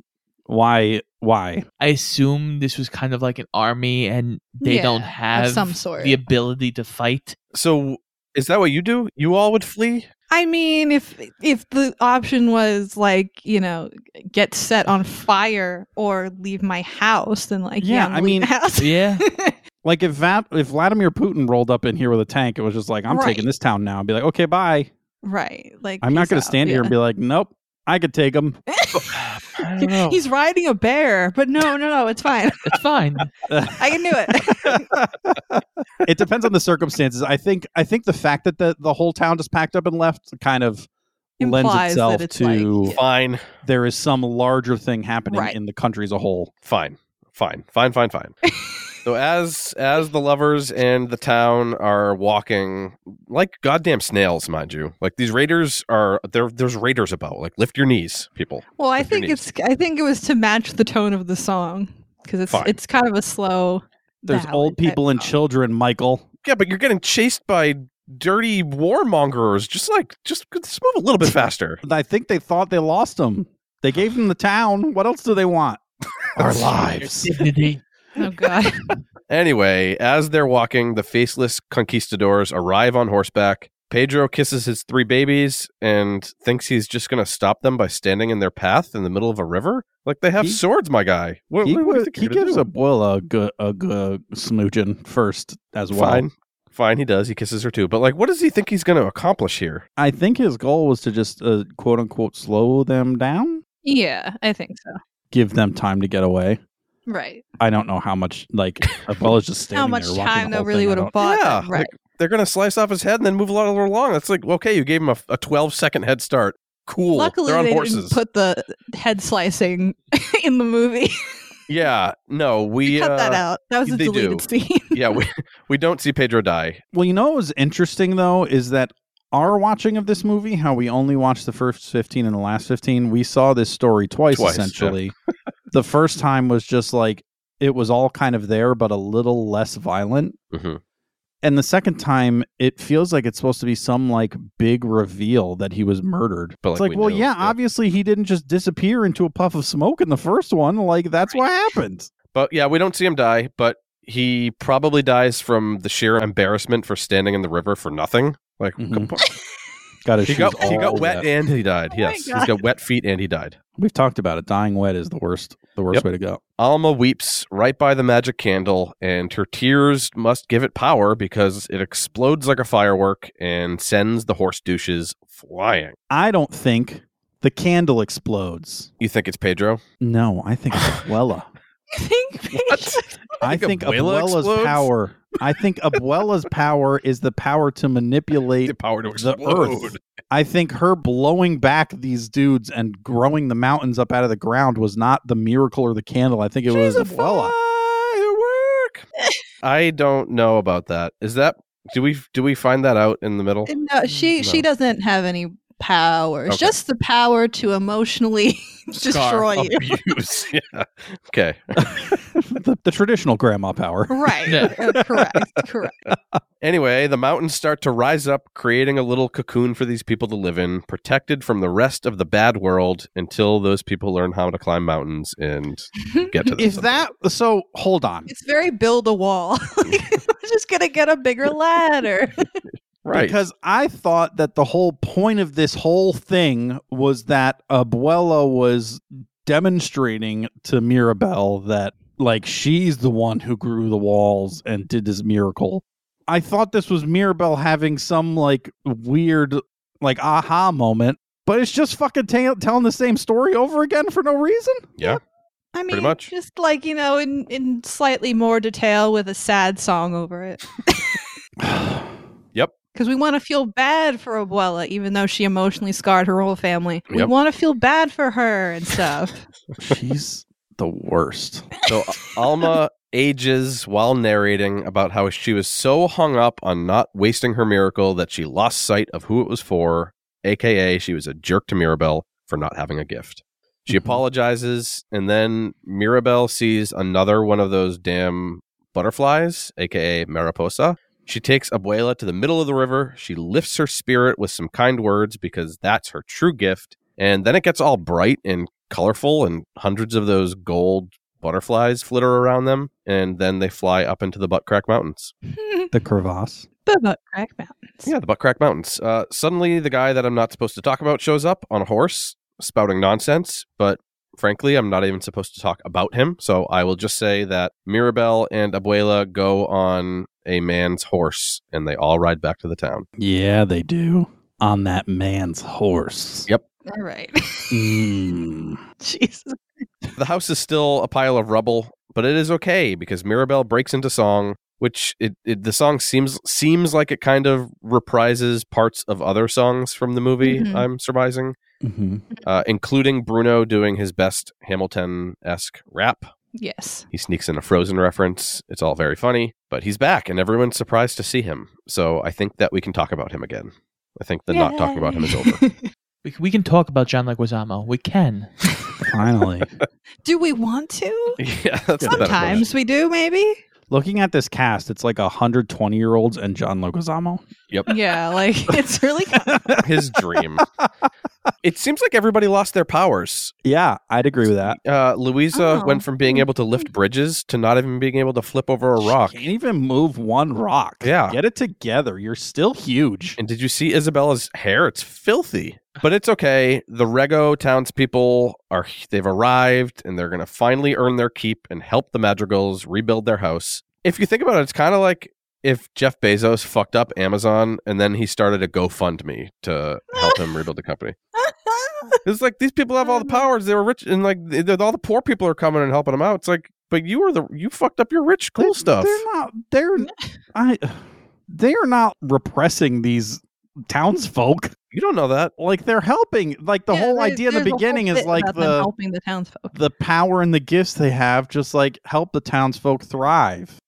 Speaker 1: why. Why?
Speaker 4: I assume this was kind of like an army, and they
Speaker 3: Yeah,
Speaker 4: don't have
Speaker 3: some sort.
Speaker 4: the ability to fight.
Speaker 2: So is that what you do? You all would flee?
Speaker 3: I mean, if if the option was like, you know, get set on fire or leave my house, then like,
Speaker 1: Yeah,
Speaker 3: yeah,
Speaker 1: I
Speaker 3: I mean,
Speaker 1: mean-
Speaker 3: house.
Speaker 4: Yeah,
Speaker 1: Like if Va- if Vladimir Putin rolled up in here with a tank, it was just like, "I'm
Speaker 3: Right.
Speaker 1: taking this town now." I'd be like, "Okay, bye."
Speaker 3: right. Like,
Speaker 1: I'm not
Speaker 3: peace
Speaker 1: going
Speaker 3: out,
Speaker 1: to stand here and be like, "Nope, I could take them."
Speaker 4: I don't
Speaker 3: yeah.
Speaker 4: know.
Speaker 3: He's riding a bear, but no, no, no, it's fine.
Speaker 4: it's fine.
Speaker 3: I can do it.
Speaker 1: it depends on the circumstances. I think I think the fact that the the whole town just packed up and left kind of lends
Speaker 3: Implies
Speaker 1: itself
Speaker 3: that it's
Speaker 1: to
Speaker 3: like-
Speaker 2: Fine,
Speaker 1: there is some larger thing happening
Speaker 3: Right.
Speaker 1: in the country as a whole.
Speaker 2: fine, fine, fine, fine, fine. so as as the lovers and the town are walking like goddamn snails, mind you. Like these raiders are there. There's raiders about. Like lift your knees, people.
Speaker 3: Well, I
Speaker 2: with your
Speaker 3: think
Speaker 2: knees.
Speaker 3: it's I think it was to match the tone of the song because it's
Speaker 2: Fine.
Speaker 3: it's kind of a slow.
Speaker 1: There's old people and
Speaker 3: children.
Speaker 1: children, Michael.
Speaker 2: Yeah, but you're getting chased by dirty warmongers. Just like just, just move a little bit faster.
Speaker 1: I think they thought they lost him. They gave him the town. What else do they want? Our lives.
Speaker 4: Dignity.
Speaker 3: Oh god.
Speaker 2: Anyway, as they're walking, the faceless conquistadors arrive on horseback. Pedro kisses his three babies and thinks he's just going to stop them by standing in their path in the middle of a river. Like they have
Speaker 1: He-
Speaker 2: swords, my guy. What,
Speaker 1: He,
Speaker 2: what do you
Speaker 1: wa-
Speaker 2: think
Speaker 1: he
Speaker 2: you're gonna
Speaker 1: gives
Speaker 2: do?
Speaker 1: Abuela a good a good smooching first as well.
Speaker 2: fine, fine. He does. He kisses her too. But like, what does he think he's going to accomplish here?
Speaker 1: I think his goal was to just uh, quote unquote slow them down,
Speaker 3: yeah, I think so.
Speaker 1: give them time to get away.
Speaker 3: Right.
Speaker 1: I don't know how much like Abuela's just standing
Speaker 3: How much
Speaker 1: there watching
Speaker 3: time
Speaker 1: the
Speaker 3: they
Speaker 1: whole
Speaker 3: really
Speaker 1: thing. I
Speaker 3: would have
Speaker 1: don't-
Speaker 3: bought?
Speaker 2: Yeah,
Speaker 3: them, uh, Right.
Speaker 2: They're going to slice off his head and then move a lot along. That's like, okay, you gave him a, a 12 second head start. Cool.
Speaker 3: Luckily,
Speaker 2: they're on
Speaker 3: they
Speaker 2: horses.
Speaker 3: didn't put the head slicing in the movie.
Speaker 2: yeah, no, we
Speaker 3: Cut that
Speaker 2: uh,
Speaker 3: out. That was a
Speaker 2: they do.
Speaker 3: deleted scene.
Speaker 2: yeah, we we don't see Pedro die.
Speaker 1: Well, you know what was interesting though is that our watching of this movie, how we only watched the first 15 and the last 15, we saw this story twice,
Speaker 2: Twice, yeah.
Speaker 1: essentially. the first time was just like it was all kind of there but a little less violent.
Speaker 2: Mm-hmm.
Speaker 1: And the second time, it feels like it's supposed to be some like big reveal that he was murdered.
Speaker 2: But,
Speaker 1: it's
Speaker 2: like,
Speaker 1: like,
Speaker 2: we
Speaker 1: well,
Speaker 2: knew,
Speaker 1: yeah,
Speaker 2: yeah.
Speaker 1: obviously he didn't just disappear into a puff of smoke in the first one. Like that's what happened.
Speaker 2: But yeah, we don't see him die, but he probably dies from the sheer embarrassment for standing in the river for nothing. Like
Speaker 1: Mhm.
Speaker 2: come on.
Speaker 1: Got his
Speaker 2: he got
Speaker 1: shoes
Speaker 2: he
Speaker 1: all
Speaker 2: got wet
Speaker 1: wet.
Speaker 2: and he died.
Speaker 3: Oh my
Speaker 2: yes, he's got wet feet and he died.
Speaker 1: We've talked about it. Dying wet is the worst. The worst
Speaker 2: Yep.
Speaker 1: way to go.
Speaker 2: Alma weeps right by the magic candle, and her tears must give it power because it explodes like a firework and sends the horse douches flying.
Speaker 1: I don't think the candle explodes.
Speaker 2: You think it's Pedro?
Speaker 1: No, I think it's Abuela.
Speaker 3: I think
Speaker 2: What?
Speaker 1: I think
Speaker 2: think Abuela
Speaker 1: Abuela's
Speaker 2: explodes?
Speaker 1: power. I think Abuela's power is the power to manipulate
Speaker 2: The power to
Speaker 1: the
Speaker 2: explode.
Speaker 1: earth. I think her blowing back these dudes and growing the mountains up out of the ground was not the miracle or the candle. I think it was
Speaker 2: She's a
Speaker 1: Abuela.
Speaker 2: firework. I don't know about that. Is that do we do we find that out in the middle?
Speaker 3: no, she she
Speaker 2: Mm, No.
Speaker 3: doesn't have any power. It's
Speaker 2: Okay.
Speaker 3: just the power to emotionally
Speaker 2: Oh.
Speaker 3: destroy you.
Speaker 2: Abuse. yeah. Okay.
Speaker 1: the, the traditional grandma power.
Speaker 3: Right.
Speaker 4: Yeah.
Speaker 3: Uh, correct. Correct.
Speaker 2: Anyway, the mountains start to rise up, creating a little cocoon for these people to live in, protected from the rest of the bad world until those people learn how to climb mountains and get to this.
Speaker 1: Is that so? Hold on.
Speaker 3: It's very build a wall. We're just gonna get a bigger ladder.
Speaker 2: right?
Speaker 1: Because I thought that the whole point of this whole thing was that Abuela was demonstrating to Mirabelle that, like, she's the one who grew the walls and did this miracle. I thought this was Mirabelle having some, like, weird, like, aha moment, but it's just fucking ta- telling the same story over again for no reason.
Speaker 2: yeah.
Speaker 3: I mean,
Speaker 2: much.
Speaker 3: just like you know, in in slightly more detail with a sad song over it, because we want to feel bad for Abuela, even though she emotionally scarred her whole family. We
Speaker 2: Yep.
Speaker 3: want to feel bad for her and stuff.
Speaker 1: she's the worst.
Speaker 2: So Alma ages while narrating about how she was so hung up on not wasting her miracle that she lost sight of who it was for, aka she was a jerk to Mirabelle for not having a gift. She
Speaker 1: Mhm.
Speaker 2: apologizes, and then Mirabelle sees another one of those damn butterflies, aka Mariposa. She takes Abuela to the middle of the river. She lifts her spirit with some kind words because that's her true gift. And then it gets all bright and colorful, and hundreds of those gold butterflies flitter around them. And then they fly up into the Butt Crack Mountains.
Speaker 1: The crevasse.
Speaker 3: but about Crack Mountains.
Speaker 2: Yeah, the Butt Crack Mountains. Uh, suddenly, the guy that I'm not supposed to talk about shows up on a horse, spouting nonsense. But frankly, I'm not even supposed to talk about him. So I will just say that Mirabelle and Abuela go on a man's horse, and they all ride back to the town.
Speaker 1: Yeah, they do. On that man's horse.
Speaker 2: Yep.
Speaker 3: All right.
Speaker 1: Mm.
Speaker 3: Jesus.
Speaker 2: The house is still a pile of rubble, but it is okay because Mirabelle breaks into song. which it, it the song seems seems like it kind of reprises parts of other songs from the movie.
Speaker 3: Mhm.
Speaker 2: I'm surmising,
Speaker 1: Mm-hmm.
Speaker 2: uh, including Bruno doing his best Hamilton esque rap.
Speaker 3: Yes.
Speaker 2: He sneaks in a Frozen reference. It's all very funny, but he's back, and everyone's surprised to see him. So I think that we can talk about him again. I think the not talking about him is over.
Speaker 4: We, we can talk about John Leguizamo. We can.
Speaker 1: Finally.
Speaker 3: do we want to?
Speaker 2: yeah, that's the better version.
Speaker 3: Sometimes we do, maybe.
Speaker 1: Looking at this cast, it's like 120 year olds and John Leguizamo.
Speaker 3: Yeah, like it's really.
Speaker 2: his dream. it seems like everybody lost their powers.
Speaker 1: Yeah, I'd agree with that.
Speaker 2: Uh, Louisa
Speaker 3: Oh.
Speaker 2: went from being able to lift bridges to not even being able to flip over a rock.
Speaker 1: Can't even move one rock.
Speaker 2: Yeah.
Speaker 1: Get it together. You're still huge.
Speaker 2: And did you see Isabella's hair? It's filthy. But it's okay. The Rego townspeople are they've arrived and they're gonna finally earn their keep and help the madrigals rebuild their house. If you think about it, it's kinda like if Jeff Bezos fucked up Amazon and then he started a GoFundMe to help him rebuild the company. It's like these people have all
Speaker 3: Uh-huh.
Speaker 2: the powers. They were rich, and like th- th- all the poor people are coming and helping them out. It's like, but you were the you fucked up your rich cool
Speaker 1: They're-
Speaker 2: stuff.
Speaker 1: They're not. They're. I. They're not repressing these townsfolk.
Speaker 2: You don't know that.
Speaker 1: Like they're helping. Like the
Speaker 3: Yeah,
Speaker 1: whole
Speaker 3: there-
Speaker 1: idea in the
Speaker 3: there's a whole
Speaker 1: beginning is
Speaker 3: bit
Speaker 1: like
Speaker 3: about them
Speaker 1: the
Speaker 3: helping the townsfolk.
Speaker 1: the power and the gifts they have just like help the townsfolk thrive.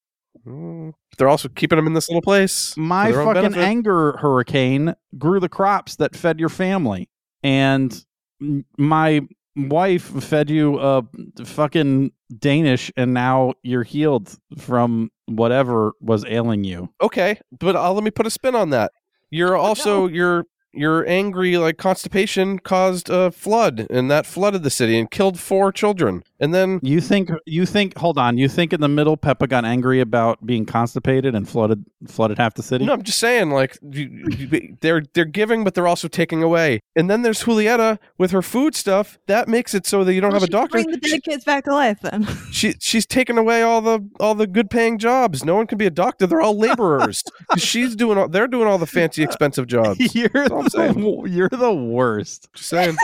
Speaker 2: Mm. They're also keeping them in this little place. Mm,
Speaker 1: My
Speaker 2: For their own
Speaker 1: fucking
Speaker 2: benefit.
Speaker 1: anger hurricane grew the crops that fed your family, and m- my wife fed you a fucking Danish, and now you're healed from whatever was ailing you.
Speaker 2: Okay, but uh, let me put a spin on that. You're also your your angry like constipation caused a flood, and that flooded the city and killed four children. And then
Speaker 1: You think you think hold on, you think in the middle Peppa got angry about being constipated and flooded flooded half the city?
Speaker 2: No, I'm just saying, like you, you- they're they're giving, but they're also taking away. And then there's Julieta with her food stuff. That makes it so that you don't
Speaker 3: Well,
Speaker 2: have a
Speaker 3: she
Speaker 2: doctor.
Speaker 3: Bring the dead kids back to life, then.
Speaker 2: She she's taking away all the all the good paying jobs. No one can be a doctor. They're all laborers. 'Cause she's doing all they're doing all the fancy expensive jobs.
Speaker 1: You're
Speaker 2: all I'm
Speaker 1: the,
Speaker 2: saying.
Speaker 1: wo- you're the worst.
Speaker 2: Just saying.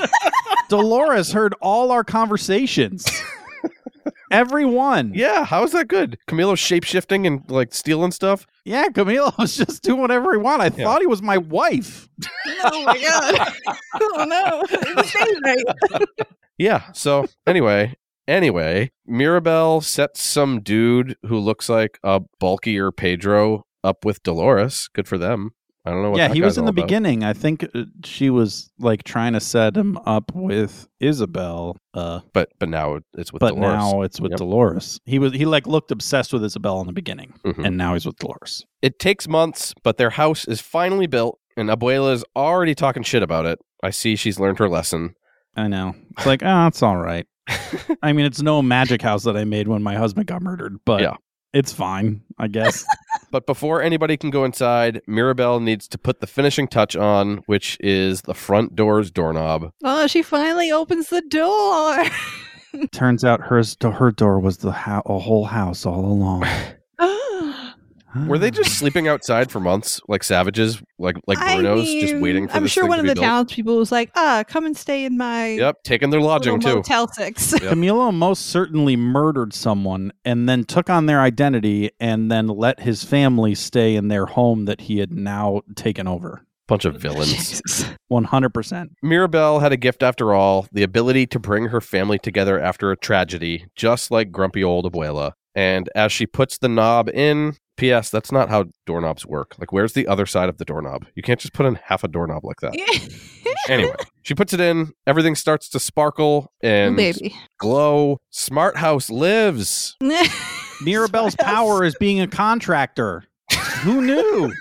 Speaker 1: Dolores heard all our conversations. Everyone.
Speaker 2: Yeah, how is that good? Camilo shape shifting and like stealing stuff.
Speaker 1: Yeah, Camilo was just doing whatever he wanted. I
Speaker 2: Yeah.
Speaker 1: thought he was my wife.
Speaker 3: oh my god! oh no! It's Dave night.
Speaker 2: Yeah. So anyway, anyway, Mirabelle sets some dude who looks like a bulkier Pedro up with Dolores. Good for them. Oh, I don't know what.
Speaker 1: yeah,
Speaker 2: that
Speaker 1: he
Speaker 2: guy's
Speaker 1: was in
Speaker 2: all
Speaker 1: the
Speaker 2: about.
Speaker 1: beginning. I think uh, she was like trying to set him up with Isabel, uh,
Speaker 2: but but now it's with
Speaker 1: but
Speaker 2: Dolores.
Speaker 1: now it's with
Speaker 2: Yep.
Speaker 1: Dolores. He was he like looked obsessed with Isabel in the beginning,
Speaker 2: Mhm.
Speaker 1: and now he's with Dolores.
Speaker 2: It takes months, but their house is finally built, and Abuela's already talking shit about it. I see she's learned her lesson.
Speaker 1: I know. It's like, oh, it's all right. I mean, it's no magic house that I made when my husband got murdered, but
Speaker 2: Yeah.
Speaker 1: it's fine, I guess.
Speaker 2: But before anybody can go inside, Mirabelle needs to put the finishing touch on, which is the front door's doorknob.
Speaker 3: Oh, she finally opens the door.
Speaker 1: Turns out hers her door was the ho- a whole house all along. Ah.
Speaker 2: Were they just sleeping outside for months, like savages, like like Bruno's, just waiting for
Speaker 3: I'm
Speaker 2: this
Speaker 3: sure
Speaker 2: thing
Speaker 3: one
Speaker 2: to
Speaker 3: of
Speaker 2: be
Speaker 3: the
Speaker 2: built?
Speaker 3: townspeople was like, "Ah, come and stay in my
Speaker 2: Yep, taking their
Speaker 3: little
Speaker 2: lodging too.
Speaker 3: Motel Six.
Speaker 2: Yep.
Speaker 1: Camilo most certainly murdered someone and then took on their identity and then let his family stay in their home that he had now taken over.
Speaker 2: Bunch of villains.
Speaker 3: Jesus.
Speaker 1: 100%.
Speaker 2: Mirabelle had a gift after all the ability to bring her family together after a tragedy, just like grumpy old Abuela. And as she puts the knob in, P.S., that's not how doorknobs work. Like, where's the other side of the doorknob? You can't just put in half a doorknob like that. Anyway, she puts it in, everything starts to sparkle and
Speaker 3: Baby.
Speaker 2: glow. Smart House lives.
Speaker 1: Mirabelle's power is being a contractor. Who knew?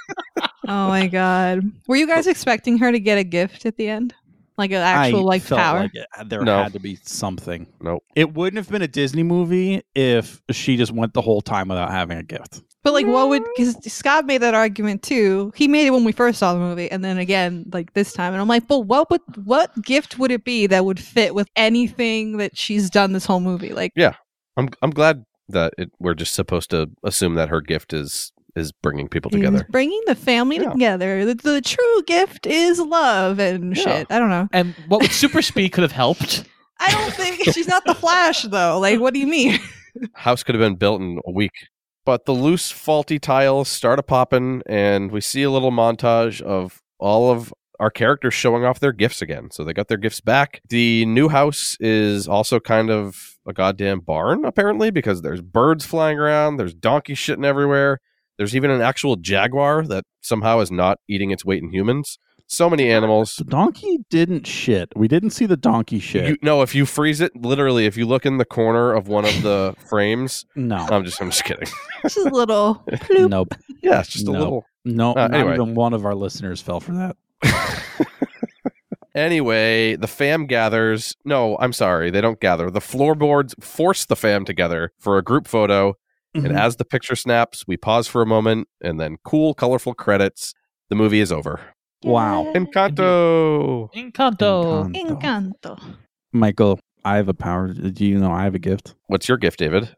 Speaker 3: Oh my god. Were you guys expecting her to get a gift at the end? Like an actual
Speaker 1: I
Speaker 3: like
Speaker 1: felt
Speaker 3: power?
Speaker 1: like it- there
Speaker 2: No.
Speaker 1: had to be something.
Speaker 2: Nope.
Speaker 1: It wouldn't have been a Disney movie if she just went the whole time without having a gift.
Speaker 3: but like what
Speaker 2: Mm.
Speaker 3: would cuz Scott made that argument too. He made it when we first saw the movie and then again like this time and I'm like, "But what would what gift would it be that would fit with anything that she's done this whole movie?" Like
Speaker 2: I'm, I'm glad that it, we're just supposed to assume that her gift is is bringing people together.
Speaker 3: is bringing the family
Speaker 2: Yeah.
Speaker 3: together. The, the true gift is love and
Speaker 2: Yeah.
Speaker 3: shit. I don't know.
Speaker 4: And what would super speed could have helped?
Speaker 3: I don't think she's not the Flash though. Like what do you mean?
Speaker 2: House could have been built in a week. but the loose, faulty tiles start a popping, and we see a little montage of all of our characters showing off their gifts again. So they got their gifts back. The new house is also kind of a goddamn barn, apparently, because there's birds flying around, there's donkey shitting everywhere. There's even an actual jaguar that somehow is not eating its weight in humans. So many animals.
Speaker 1: The donkey didn't shit. We didn't see the donkey shit.
Speaker 2: You, no, if you freeze it, literally, if you look in the corner of one of the frames,
Speaker 1: no.
Speaker 2: I'm just, I'm just kidding.
Speaker 3: This is a little. bloop.
Speaker 1: Nope.
Speaker 2: Yeah, it's just a
Speaker 1: No.
Speaker 2: little.
Speaker 1: No,
Speaker 2: Uh,
Speaker 1: not
Speaker 2: anyway.
Speaker 1: even one of our listeners fell for that.
Speaker 2: anyway, the fam gathers. No, I'm sorry, they don't gather. The floorboards force the fam together for a group photo,
Speaker 1: Mm-hmm.
Speaker 2: and as the picture snaps, we pause for a moment, and then cool, colorful credits. The movie is over.
Speaker 1: Wow.
Speaker 2: Encanto.
Speaker 4: Encanto.
Speaker 1: Encanto.
Speaker 3: Encanto.
Speaker 1: Michael, I have a power. Do you know I have a gift?
Speaker 2: What's your gift, David?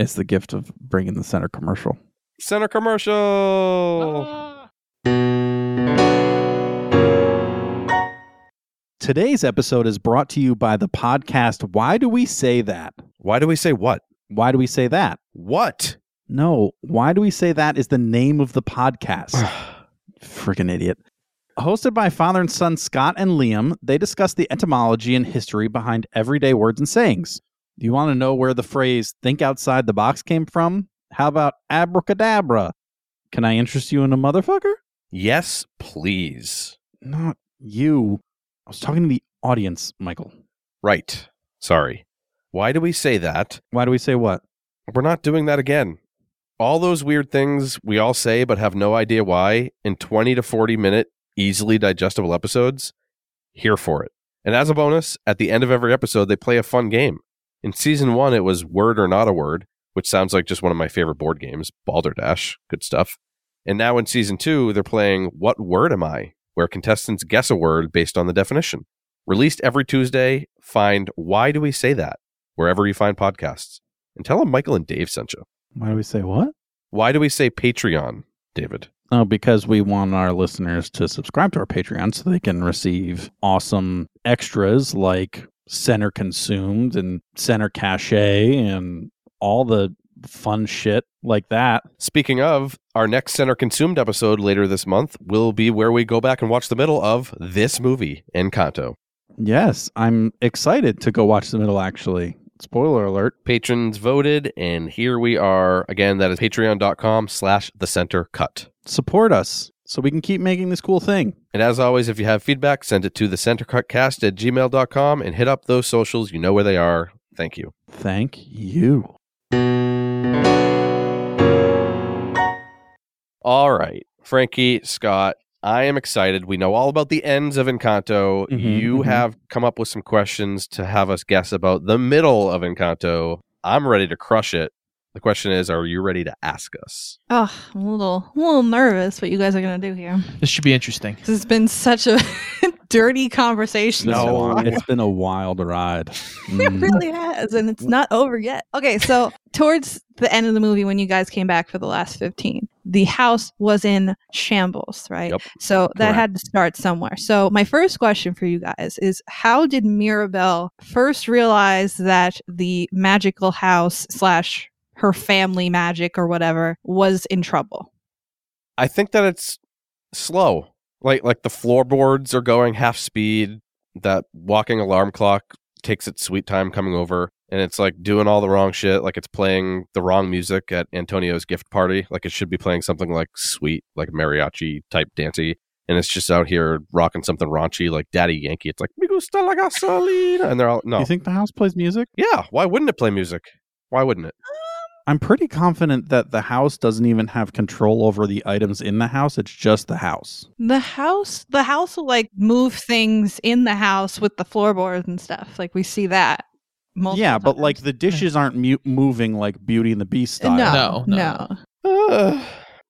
Speaker 1: It's the gift of bringing the center commercial.
Speaker 2: Center commercial.
Speaker 4: Ah.
Speaker 1: Today's episode is brought to you by the podcast Why Do We Say That?
Speaker 2: Why do we say what?
Speaker 1: Why Do We Say That?
Speaker 2: What?
Speaker 1: No, Why Do We Say That is the name of the podcast. Freaking idiot. Hosted by father and son Scott and Liam, they discuss the etymology and history behind everyday words and sayings. Do you want to know where the phrase think outside the box came from? How about abracadabra? Can I interest you in a motherfucker?
Speaker 2: yes, please.
Speaker 1: Not you. I was talking to the audience, Michael.
Speaker 2: Right. Sorry. Why do we say that?
Speaker 1: Why do we say what?
Speaker 2: We're not doing that again. All those weird things we all say but have no idea why in 20 to 40 minute, easily digestible episodes, here for it. And as a bonus, at the end of every episode, they play a fun game. In season one, it was Word or Not a Word, which sounds like just one of my favorite board games, Balderdash. Good stuff. And now in season two, they're playing What Word Am I? where contestants guess a word based on the definition. Released every Tuesday, find Why Do We Say That? wherever you find podcasts. And tell them Michael and Dave sent you.
Speaker 1: Why do we say what?
Speaker 2: Why do we say Patreon, David?
Speaker 1: Oh, because we want our listeners to subscribe to our Patreon so they can receive awesome extras like Center Consumed and Center Cachet and all the fun shit like that.
Speaker 2: Speaking of, our next Center Consumed episode later this month will be where we go back and watch the middle of this movie, Encanto.
Speaker 1: Yes, I'm excited to go watch the middle actually. Spoiler alert.
Speaker 2: Patrons voted, and here we are. Again, that is patreon.com slash the center cut.
Speaker 1: Support us so we can keep making this cool thing.
Speaker 2: And as always, if you have feedback, send it to the centercutcast at gmail.com and hit up those socials. You know where they are. Thank you.
Speaker 1: Thank you.
Speaker 2: All right, Frankie, Scott, I am excited. We know all about the ends of Encanto.
Speaker 1: Mhm,
Speaker 2: you
Speaker 1: mhm.
Speaker 2: have come up with some questions to have us guess about the middle of Encanto. I'm ready to crush it. The question is, are you ready to ask us?
Speaker 3: Oh, I'm a little, a little nervous what you guys are going to do here.
Speaker 4: This should be interesting.
Speaker 3: This has been such a dirty conversation. so
Speaker 2: No.
Speaker 3: far.
Speaker 1: It's been a wild ride.
Speaker 3: It
Speaker 1: Mm.
Speaker 3: really has, and it's not over yet. Okay, so towards the end of the movie, when you guys came back for the last 15, the house was in shambles, right?
Speaker 2: Yep.
Speaker 3: So that had to start somewhere. So, my first question for you guys is how did Mirabelle first realize that the magical house slash her family magic or whatever was in trouble?
Speaker 2: I think that it's slow. Like like the floorboards are going half speed. That walking alarm clock takes its sweet time coming over, and it's like doing all the wrong shit. Like it's playing the wrong music at Antonio's gift party. Like it should be playing something like sweet, like mariachi type dancey. And it's just out here rocking something raunchy like Daddy Yankee. It's like "Me gusta la gasolina," and they're all no.
Speaker 1: You think the house plays music?
Speaker 2: yeah, why wouldn't it play music? Why wouldn't it?
Speaker 1: I'm pretty confident that the house doesn't even have control over the items in the house. It's just the house.
Speaker 3: The house, the house will like move things in the house with the floorboards and stuff. Like we see that. multiple
Speaker 1: yeah, but like
Speaker 3: times.
Speaker 1: the dishes aren't mu- moving like Beauty and the Beast style.
Speaker 3: No,
Speaker 4: No, no.
Speaker 3: no.
Speaker 2: Uh,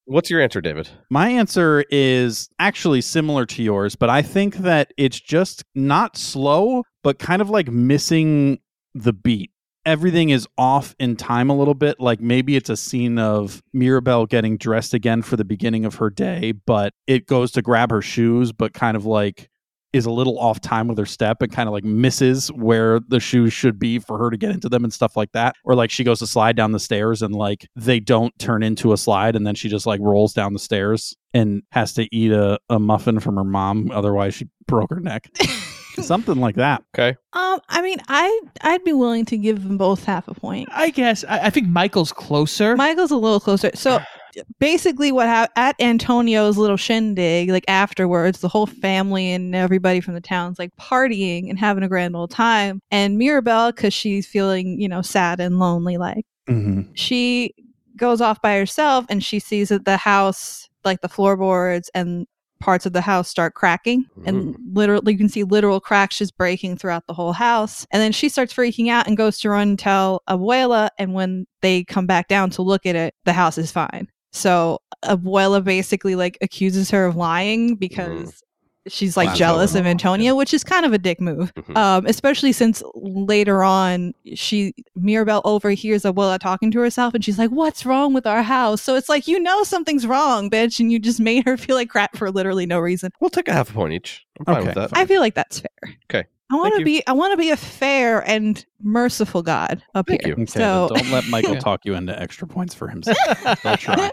Speaker 2: what's your answer, David?
Speaker 1: My answer is actually similar to yours, but I think that it's just not slow, but kind of like missing the beat. Everything is off in time a little bit. Like maybe it's a scene of Mirabelle getting dressed again for the beginning of her day, but it goes to grab her shoes, but kind of like is a little off time with her step and kind of like misses where the shoes should be for her to get into them and stuff like that. Or like she goes to slide down the stairs and like they don't turn into a slide and then she just like rolls down the stairs and has to eat a, a muffin from her mom. Otherwise, she broke her neck. Something like that.
Speaker 3: um, I mean, I I'd be willing to give them both half a point.
Speaker 4: I guess I, I think Michael's closer.
Speaker 3: Michael's a little closer. So basically, what hap at Antonio's little shindig, like afterwards, the whole family and everybody from the town's like partying and having a grand old time. And Mirabelle, because she's feeling, you know, sad and lonely, like
Speaker 1: Mm-hmm.
Speaker 3: she goes off by herself and she sees that the house, like the floorboards and parts of the house start cracking and literally you can see literal cracks just breaking throughout the whole house and then she starts freaking out and goes to run and tell abuela and when they come back down to look at it the house is fine so abuela basically like accuses her of lying because she's like
Speaker 2: Wow.
Speaker 3: jealous of antonia which is kind of a dick move
Speaker 2: Mhm.
Speaker 3: um, especially since later on she Mirabelle overhears Abuela talking to herself and she's like, What's wrong with our house? So it's like you know something's wrong, bitch, and you just made her feel like crap for literally no reason.
Speaker 2: We'll take a half a point each. I'm fine
Speaker 1: Okay.
Speaker 2: with that.
Speaker 3: I feel like that's fair.
Speaker 2: Okay.
Speaker 3: I wanna
Speaker 2: Thank you.
Speaker 3: be I wanna be a fair and merciful God up
Speaker 2: Thank
Speaker 3: here.
Speaker 2: you.
Speaker 1: Okay,
Speaker 3: So-
Speaker 1: then don't let Michael
Speaker 4: Yeah.
Speaker 1: talk you into extra points for himself. I'll try.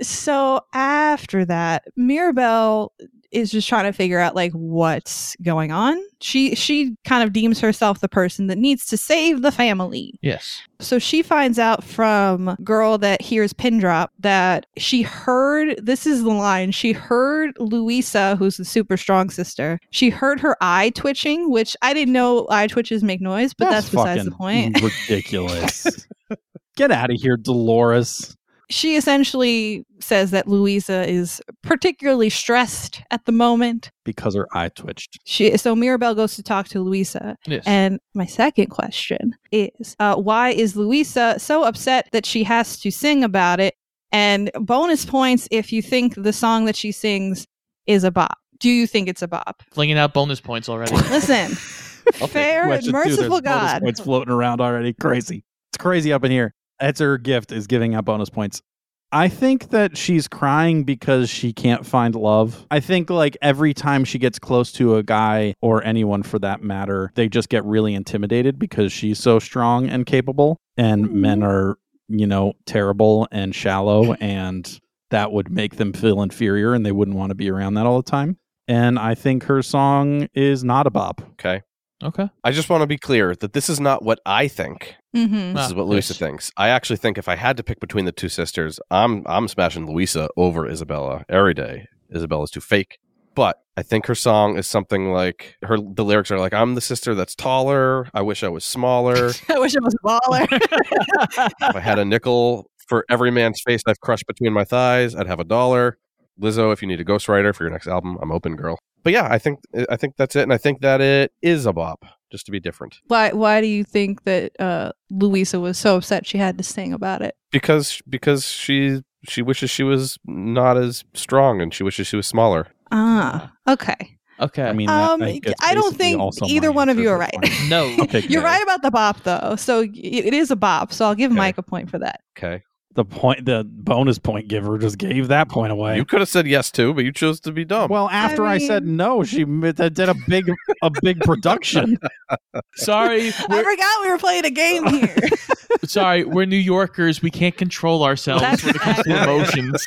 Speaker 3: So after that, Mirabelle is just trying to figure out like what's going on. She she kind of deems herself the person that needs to save the family.
Speaker 4: yes.
Speaker 3: So she finds out from girl that hears pin drop that she heard this is the line she heard Louisa who's the super strong sister she heard her eye twitching which I didn't know eye twitches make noise but that's, besides the
Speaker 1: fucking
Speaker 3: point.
Speaker 1: ridiculous. Get out of here, Dolores.
Speaker 3: She essentially says that Louisa is particularly stressed at the moment.
Speaker 1: Because her eye twitched.
Speaker 3: She so Mirabelle goes to talk to Louisa
Speaker 4: Yes.
Speaker 3: And my second question is uh, why is Louisa so upset that she has to sing about it? And bonus points if you think the song that she sings is a bop. Do you think it's a bop?
Speaker 4: Flinging out bonus points already.
Speaker 3: Listen,
Speaker 2: I'll take
Speaker 3: fair and
Speaker 1: Question two, there's
Speaker 3: merciful
Speaker 1: bonus
Speaker 3: God.
Speaker 1: Points floating around already. Crazy. It's crazy up in here. That's her gift is giving out bonus points. I think that she's crying because she can't find love. I think like every time she gets close to a guy or anyone for that matter, they just get really intimidated because she's so strong and capable and men are, you know, terrible and shallow and that would make them feel inferior and they wouldn't want to be around that all the time. And I think her song is not a bop.
Speaker 2: Okay.
Speaker 4: Okay.
Speaker 2: I just want to be clear that this is not what I think.
Speaker 3: Mm-hmm.
Speaker 2: This
Speaker 4: Ah,
Speaker 2: is what Louisa
Speaker 4: yes.
Speaker 2: thinks. I actually think if I had to pick between the two sisters, I'm I'm smashing Louisa over Isabella every day. Isabella's too fake. But I think her song is something like her the lyrics are like I'm the sister that's taller. I wish I was smaller. if
Speaker 3: I wish I was a baller.
Speaker 2: I had a nickel for every man's face I've crushed between my thighs, I'd have a dollar. Lizzo, if you need a ghostwriter for your next album, I'm open, girl. But yeah, I think I think that's it and I think that it is a bop just to be different.
Speaker 3: why, why do you think that uh, Louisa was so upset she had to sing about it?
Speaker 2: because because she she wishes she was not as strong and she wishes she was smaller.
Speaker 3: Ah, okay.
Speaker 4: Okay.
Speaker 1: I mean, that-
Speaker 3: Um,
Speaker 1: think it's
Speaker 3: I don't
Speaker 1: basically
Speaker 3: think
Speaker 1: also
Speaker 3: either
Speaker 1: my
Speaker 3: one of
Speaker 1: answer,
Speaker 3: you are
Speaker 1: but
Speaker 3: right.
Speaker 1: fine.
Speaker 4: no.
Speaker 1: Okay,
Speaker 3: You're
Speaker 1: good.
Speaker 3: right about the bop, though. So y- it is a bop. So I'll give
Speaker 2: Okay.
Speaker 3: Mike a point for that.
Speaker 2: Okay,
Speaker 1: The point, the bonus point giver just gave that point away.
Speaker 2: you could have said yes too, but you chose to be dumb.
Speaker 1: well, after I, said no, she m- did a big, a big production.
Speaker 4: Sorry.
Speaker 3: I
Speaker 4: We're,
Speaker 3: forgot we were playing a game here.
Speaker 4: sorry. We're New Yorkers. We can't control ourselves
Speaker 3: That's
Speaker 4: when it comes to
Speaker 2: accurate.
Speaker 4: emotions.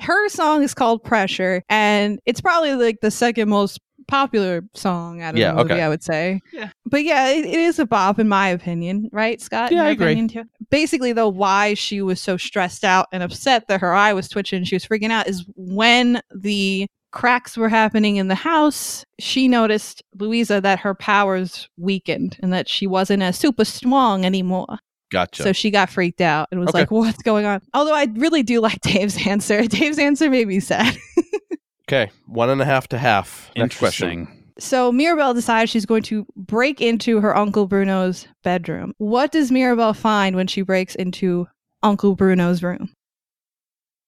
Speaker 3: Her song is called Pressure, and it's probably like the second most popular song out of
Speaker 2: Yeah,
Speaker 3: the movie,
Speaker 2: okay.
Speaker 3: I would say.
Speaker 4: Yeah.
Speaker 3: But yeah, it, it is a bop in my opinion, right, Scott? In
Speaker 4: Yeah, I
Speaker 3: your
Speaker 4: agree.
Speaker 3: opinion, too? Basically, though, why she was so stressed out and upset that her eye was twitching, and she was freaking out, is when the cracks were happening in the house, she noticed Louisa that her powers weakened and that she wasn't as super strong anymore.
Speaker 2: gotcha.
Speaker 3: So she got freaked out and was
Speaker 2: Okay.
Speaker 3: like, "What's going on?" Although I really do like Dave's answer. Dave's answer made me sad.
Speaker 2: okay, one and a half to half. Next question.
Speaker 1: Interesting.
Speaker 3: So Mirabelle decides she's going to break into her uncle Bruno's bedroom. What does Mirabelle find when she breaks into Uncle Bruno's room?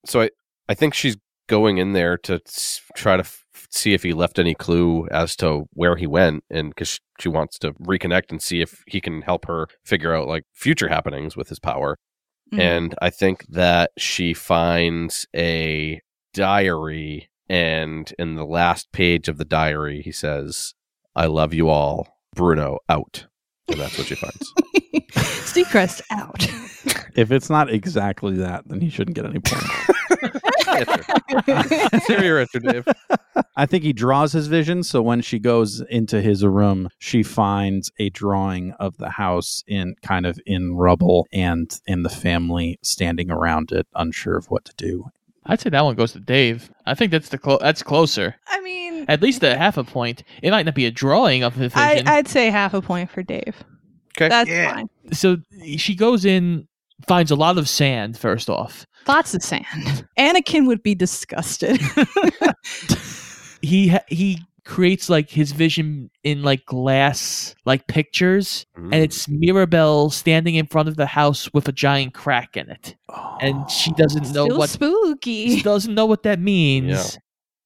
Speaker 2: So I I think she's going in there to s- try to f- see if he left any clue as to where he went, and because she, she wants to reconnect and see if he can help her figure out like future happenings with his power.
Speaker 3: Mm.
Speaker 2: and I think that she finds a diary And in the last page of the diary, he says, I love you all. Bruno out. And that's what she finds.
Speaker 3: Seacrest out.
Speaker 1: If it's not exactly that, then he shouldn't get any points.
Speaker 2: Answer. Answer your answer, Dave.
Speaker 1: I think he draws his vision. So when she goes into his room, she finds a drawing of the house in kind of in rubble and and the family standing around it, unsure of what to do.
Speaker 4: I'd say that one goes to Dave. I think that's the clo- that's closer.
Speaker 3: I mean,
Speaker 4: At least a half a point. It might not be a drawing of the
Speaker 3: I,
Speaker 4: vision.
Speaker 3: I'd say half a point for Dave.
Speaker 2: Okay.
Speaker 3: That's
Speaker 5: Yeah.
Speaker 3: fine.
Speaker 4: so she goes in, finds a lot of sand first off.
Speaker 3: Lots of sand. Anakin would be disgusted.
Speaker 4: He ha- he creates like his vision in like glass like pictures,
Speaker 2: Mm.
Speaker 4: and it's Mirabelle standing in front of the house with a giant crack in it, and she doesn't know
Speaker 3: Still
Speaker 4: what
Speaker 3: spooky.
Speaker 4: she doesn't know what that means.
Speaker 2: Yeah.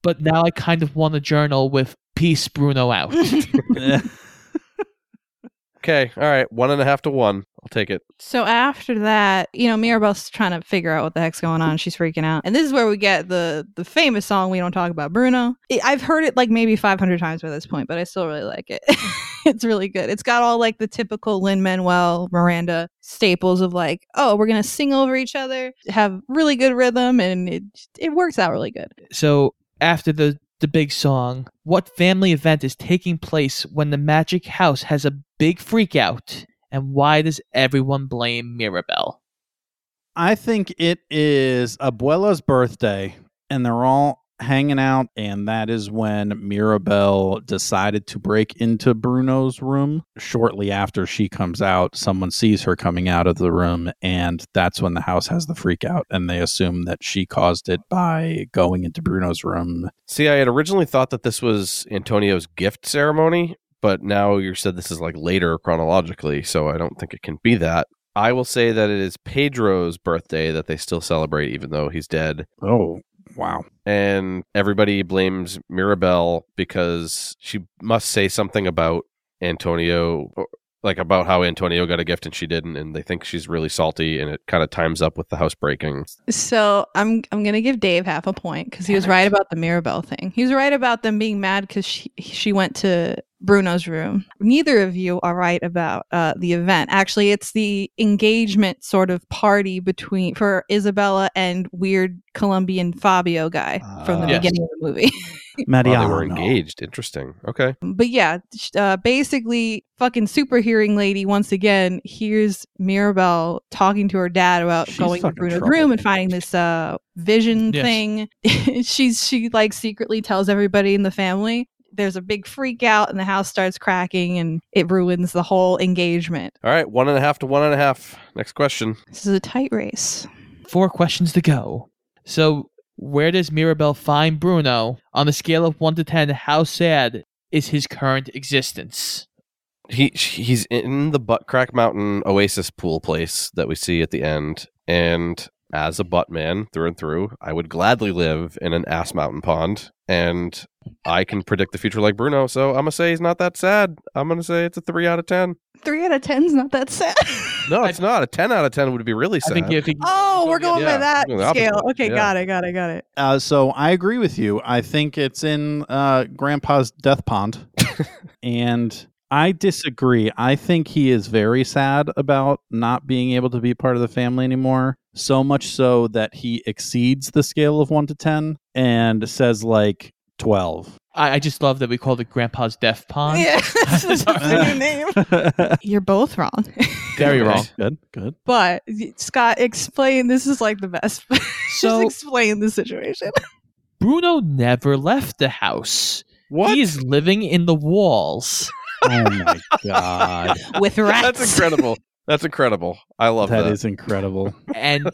Speaker 4: But now I kind of want a journal with "Peace, Bruno out."
Speaker 2: Okay. All right. One and a half to one. I'll take it.
Speaker 3: So after that, you know, Mirabelle's trying to figure out what the heck's going on. She's freaking out. And this is where we get the the famous song "We Don't Talk About Bruno." I- I've heard it like maybe 500 times by this point, but I still really like it. it's really good. It's got all like the typical Lin Manuel Miranda staples of like, oh, we're gonna sing over each other, have really good rhythm, and it it works out really good.
Speaker 4: So after the the big song, what family event is taking place when the magic house has a big freakout? And why does everyone blame Mirabelle?
Speaker 1: I think it is Abuela's birthday, and they're all hanging out, and that is when Mirabelle decided to break into Bruno's room. Shortly after she comes out, someone sees her coming out of the room, and that's when the house has the freak out, and they assume that she caused it by going into Bruno's room.
Speaker 2: See, I had originally thought that this was Antonio's gift ceremony, but now you said this is like later chronologically, so I don't think it can be that. I will say that it is Pedro's birthday that they still celebrate, even though he's dead.
Speaker 1: Oh, wow.
Speaker 2: And everybody blames Mirabelle because she must say something about Antonio, like about how Antonio got a gift and she didn't. And they think she's really salty, and it kind of times up with the housebreaking.
Speaker 3: So I'm I'm gonna give Dave half a point because he was right about the Mirabelle thing. He was right about them being mad because she she went to Bruno's room. Neither of you are right about uh, the event. Actually, it's the engagement sort of party between for Isabella and weird Colombian Fabio guy from the
Speaker 2: Ah. Yes.
Speaker 3: beginning of the movie.
Speaker 2: Oh,
Speaker 1: Mariano.
Speaker 2: they were engaged. Interesting. Okay.
Speaker 3: but yeah, sh- uh, basically, fucking super hearing lady once again hears Mirabelle talking to her dad about
Speaker 1: She's
Speaker 3: going to
Speaker 1: fucking
Speaker 3: Bruno's
Speaker 1: trouble.
Speaker 3: room and finding this uh, vision
Speaker 4: Yes.
Speaker 3: thing. She's she like secretly tells everybody in the family. There's a big freak out, and the house starts cracking, and it ruins the whole engagement.
Speaker 2: All right. One and a half to one and a half. Next question.
Speaker 3: This is a tight race.
Speaker 4: Four questions to go. So where does Mirabelle find Bruno on a scale of one to ten? How sad is his current existence?
Speaker 2: he he's in the butt crack mountain oasis pool place that we see at the end and as a butt man through and through i would gladly live in an ass mountain pond and i can predict the future like bruno so i'm gonna say he's not that sad i'm gonna say it's a 3 out of 10
Speaker 3: Three out of ten's not that sad.
Speaker 2: no it's not a 10 out of 10 would be really sad
Speaker 4: I think if he
Speaker 3: oh, we're going
Speaker 2: Yeah,
Speaker 3: by that
Speaker 2: we're doing the
Speaker 3: scale.
Speaker 2: opposite.
Speaker 3: Okay,
Speaker 2: Yeah.
Speaker 3: got it, got it, got it.
Speaker 1: Uh, so I agree with you. I think it's in uh, Grandpa's death pond, and I disagree. I think he is very sad about not being able to be part of the family anymore. So much so that he exceeds the scale of one to ten and says like twelve.
Speaker 4: I, I just love that we called it Grandpa's Death Pond.
Speaker 3: Yeah, that's just
Speaker 4: Sorry.
Speaker 3: a new name. You're both wrong.
Speaker 4: Very wrong.
Speaker 1: Good. Good.
Speaker 3: But Scott, explain. This is like the best.
Speaker 4: So-
Speaker 3: Just explain the situation.
Speaker 4: Bruno never left the house. He is living in the walls.
Speaker 1: Oh my god,
Speaker 3: With
Speaker 2: that's incredible that's incredible i love that,
Speaker 1: that is incredible.
Speaker 4: and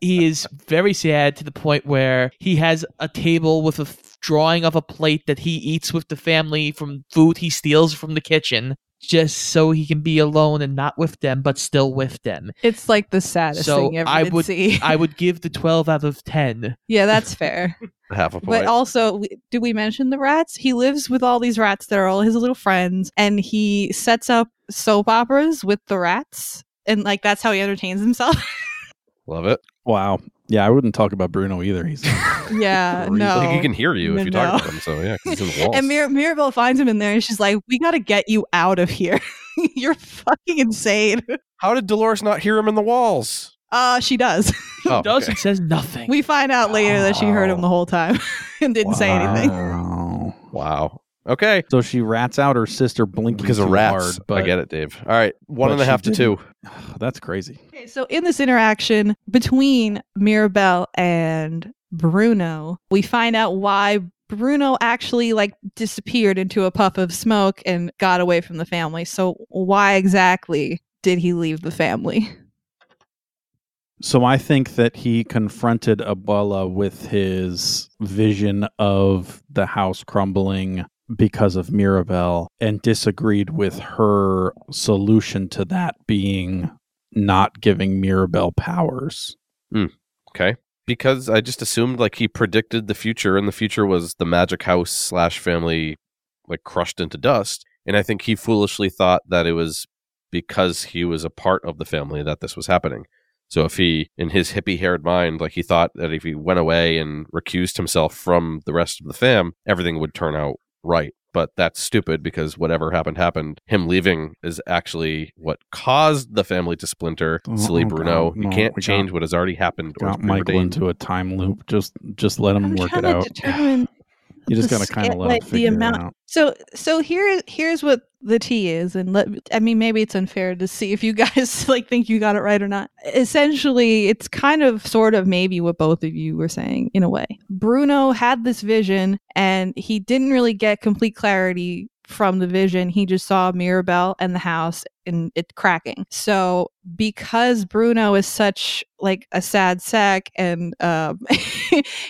Speaker 4: he is very sad to the point where he has a table with a f- drawing of a plate that he eats with the family from food he steals from the kitchen just so he can be alone and not with them but still with them
Speaker 3: It's like the saddest
Speaker 4: So,
Speaker 3: thing you ever
Speaker 4: I
Speaker 3: did
Speaker 4: would-
Speaker 3: see.
Speaker 4: i would give the 12 out of 10
Speaker 3: yeah, that's fair.
Speaker 2: half a point
Speaker 3: But also, w- did we mention the rats? He lives with all these rats that are all his little friends, and he sets up soap operas with the rats, and like that's how he entertains himself.
Speaker 2: Love it.
Speaker 1: Wow. Yeah, I wouldn't talk about Bruno either. He's
Speaker 3: Yeah,
Speaker 1: Freeze.
Speaker 3: uh, no.
Speaker 2: Like he can hear you if
Speaker 3: No,
Speaker 2: you talk
Speaker 3: no.
Speaker 2: to him. So yeah, 'cause he's in the walls.
Speaker 3: And Mir- Mirabelle finds him in there and she's like, We got to get you out of here. You're fucking insane.
Speaker 2: How did Dolores not hear him in the walls?
Speaker 3: Uh, she does.
Speaker 2: Oh,
Speaker 4: Does
Speaker 2: okay.
Speaker 4: and says nothing.
Speaker 3: We find out later that she heard him the whole time and didn't say anything.
Speaker 1: Wow.
Speaker 2: Wow. Okay.
Speaker 1: So she rats out her sister blinking
Speaker 2: Because of
Speaker 1: too
Speaker 2: rats.
Speaker 1: hard, but
Speaker 2: I get it, Dave. All right. One
Speaker 1: but
Speaker 2: and a
Speaker 1: she
Speaker 2: half to
Speaker 1: didn't.
Speaker 2: two.
Speaker 1: that's crazy.
Speaker 3: Okay, so in this interaction between Mirabelle and Bruno, we find out why Bruno actually like disappeared into a puff of smoke and got away from the family. So why exactly did he leave the family?
Speaker 1: So I think that he confronted Abuela with his vision of the house crumbling because of Mirabelle and disagreed with her solution to that being not giving Mirabelle powers.
Speaker 2: Okay. Because I just assumed like he predicted the future, and the future was the magic house slash family like crushed into dust. And I think he foolishly thought that it was because he was a part of the family that this was happening. So if he, in his hippie haired mind, like he thought that if he went away and recused himself from the rest of the fam, everything would turn out right. But that's stupid because whatever happened happened. Him leaving is actually what caused the family to splinter.
Speaker 1: Oh,
Speaker 2: Silly
Speaker 1: oh,
Speaker 2: Bruno,
Speaker 1: God,
Speaker 2: you
Speaker 1: no,
Speaker 2: can't
Speaker 1: we got-
Speaker 2: change what has already happened. or is
Speaker 1: Got Michael
Speaker 2: preordained.
Speaker 1: into a time loop. Just just let him
Speaker 3: I'm
Speaker 1: work
Speaker 3: trying
Speaker 1: it
Speaker 3: to
Speaker 1: out.
Speaker 3: determine
Speaker 1: You just
Speaker 3: the
Speaker 1: gotta kind
Speaker 3: scale,
Speaker 1: of let
Speaker 3: like,
Speaker 1: him
Speaker 3: the
Speaker 1: figure
Speaker 3: amount-
Speaker 1: it out.
Speaker 3: So so here here's what the tea is and let I mean maybe it's unfair to see if you guys like think you got it right or not. Essentially, it's kind of sort of maybe what both of you were saying in a way. Bruno had this vision and he didn't really get complete clarity from the vision. He just saw Mirabelle and the house and it cracking. So because Bruno is such like a sad sack and um,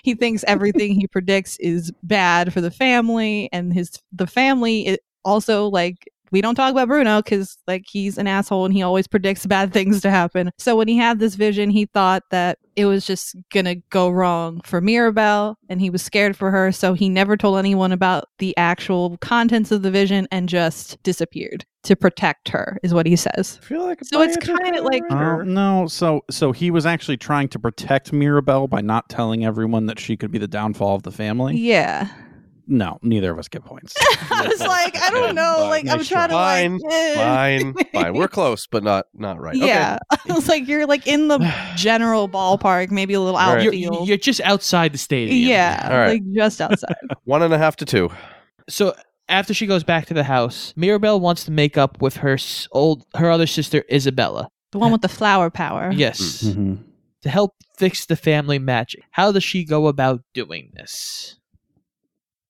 Speaker 3: he thinks everything he predicts is bad for the family and his the family it also like we don't talk about Bruno because like he's an asshole and he always predicts bad things to happen. So when he had this vision, he thought that it was just gonna go wrong for Mirabelle and he was scared for her. So he never told anyone about the actual contents of the vision and just disappeared to protect her is what he says.
Speaker 2: I feel like
Speaker 3: So it's kinda like-
Speaker 1: Uh, no, so so he was actually trying to protect Mirabelle by not telling everyone that she could be the downfall of the family.
Speaker 3: Yeah.
Speaker 1: No, neither of us get points.
Speaker 3: I was like, I don't know.
Speaker 2: Fine.
Speaker 3: Like I'm
Speaker 1: Nice
Speaker 3: trying to like
Speaker 2: Fine.
Speaker 3: eh.
Speaker 2: fine, fine. We're close, but not not right.
Speaker 3: Yeah. I was like, you're like in the general ballpark, maybe a little
Speaker 2: All right.
Speaker 4: you're,
Speaker 3: outfield.
Speaker 4: you're just outside the stadium.
Speaker 3: yeah,
Speaker 2: All right.
Speaker 3: like just outside.
Speaker 2: Okay. One and a half to two.
Speaker 4: So after she goes back to the house, Mirabelle wants to make up with her s- old her other sister Isabella.
Speaker 3: the one with the flower power.
Speaker 4: Yes,
Speaker 1: Mhm.
Speaker 4: to help fix the family magic. How does she go about doing this?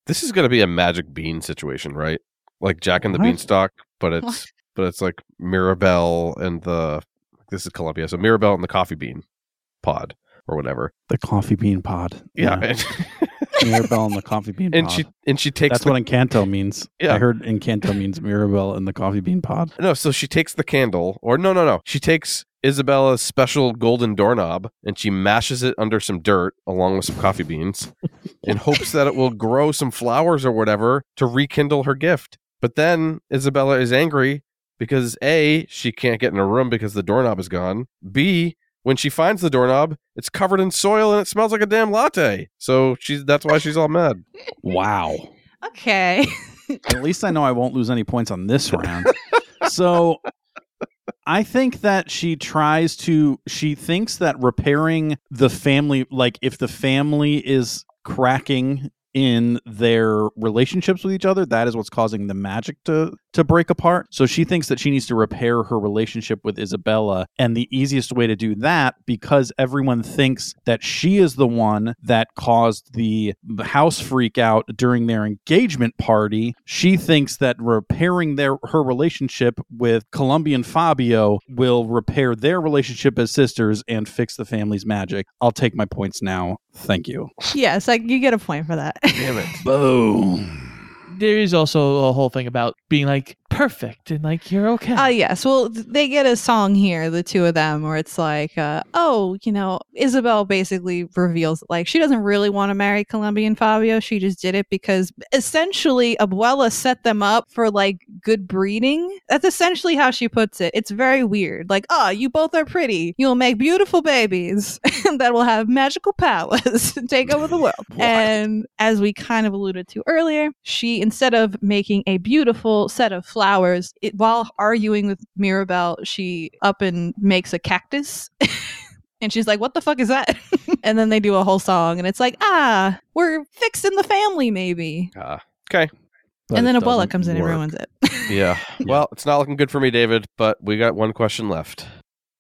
Speaker 2: This is going to be a magic bean situation, right? Like Jack and the
Speaker 1: What?
Speaker 2: Beanstalk, but it's
Speaker 3: What?
Speaker 2: but it's like Mirabelle and the this is Columbia, so Mirabelle and the coffee bean pod or whatever.
Speaker 1: The coffee bean pod.
Speaker 2: Yeah, and,
Speaker 1: Mirabelle and the coffee bean
Speaker 2: and
Speaker 1: pod.
Speaker 2: she and she takes
Speaker 1: That's
Speaker 2: the,
Speaker 1: what Encanto means.
Speaker 2: Yeah.
Speaker 1: I heard Encanto means Mirabelle and the coffee bean pod.
Speaker 2: no, so she takes the candle or no no no, she takes Isabella's special golden doorknob and she mashes it under some dirt along with some coffee beans. in hopes that it will grow some flowers or whatever to rekindle her gift. But then Isabella is angry because A, she can't get in her room because the doorknob is gone. B, when she finds the doorknob, it's covered in soil and it smells like a damn latte. So she's that's why she's all mad.
Speaker 1: Wow.
Speaker 3: Okay.
Speaker 1: At least I know I won't lose any points on this round. so I think that she tries to she thinks that repairing the family like if the family is cracking in their relationships with each other that is what's causing the magic to to break apart so she thinks that she needs to repair her relationship with Isabella and the easiest way to do that because everyone thinks that she is the one that caused the house freak out during their engagement party she thinks that repairing their her relationship with Colombian Fabio will repair their relationship as sisters and fix the family's magic i'll take my points now thank you
Speaker 3: yes, like you get a point for that.
Speaker 2: Damn it.
Speaker 1: Boom.
Speaker 4: There is also a whole thing about being like perfect and like you're okay.
Speaker 3: Oh yes. Well, th- they get a song here, the two of them, where it's like, uh, oh, you know, Isabel basically reveals like she doesn't really want to marry Colombian Fabio. She just did it because essentially Abuela set them up for like good breeding. That's essentially how she puts it. It's very weird. Like, oh, you both are pretty. You'll make beautiful babies that will have magical powers and take over the world. and as we kind of alluded to earlier, she, instead of making a beautiful set of flowers, it, while arguing with Mirabelle, she up and makes a cactus. And she's like, what the fuck is that? and then they do a whole song, and it's like, ah, we're fixing the family, maybe.
Speaker 2: Okay.
Speaker 1: But
Speaker 3: and
Speaker 1: it
Speaker 3: then Abuela
Speaker 1: doesn't
Speaker 3: comes in
Speaker 1: work.
Speaker 3: and ruins it.
Speaker 2: Yeah. Well, it's not looking good for me, David, but we got one question left.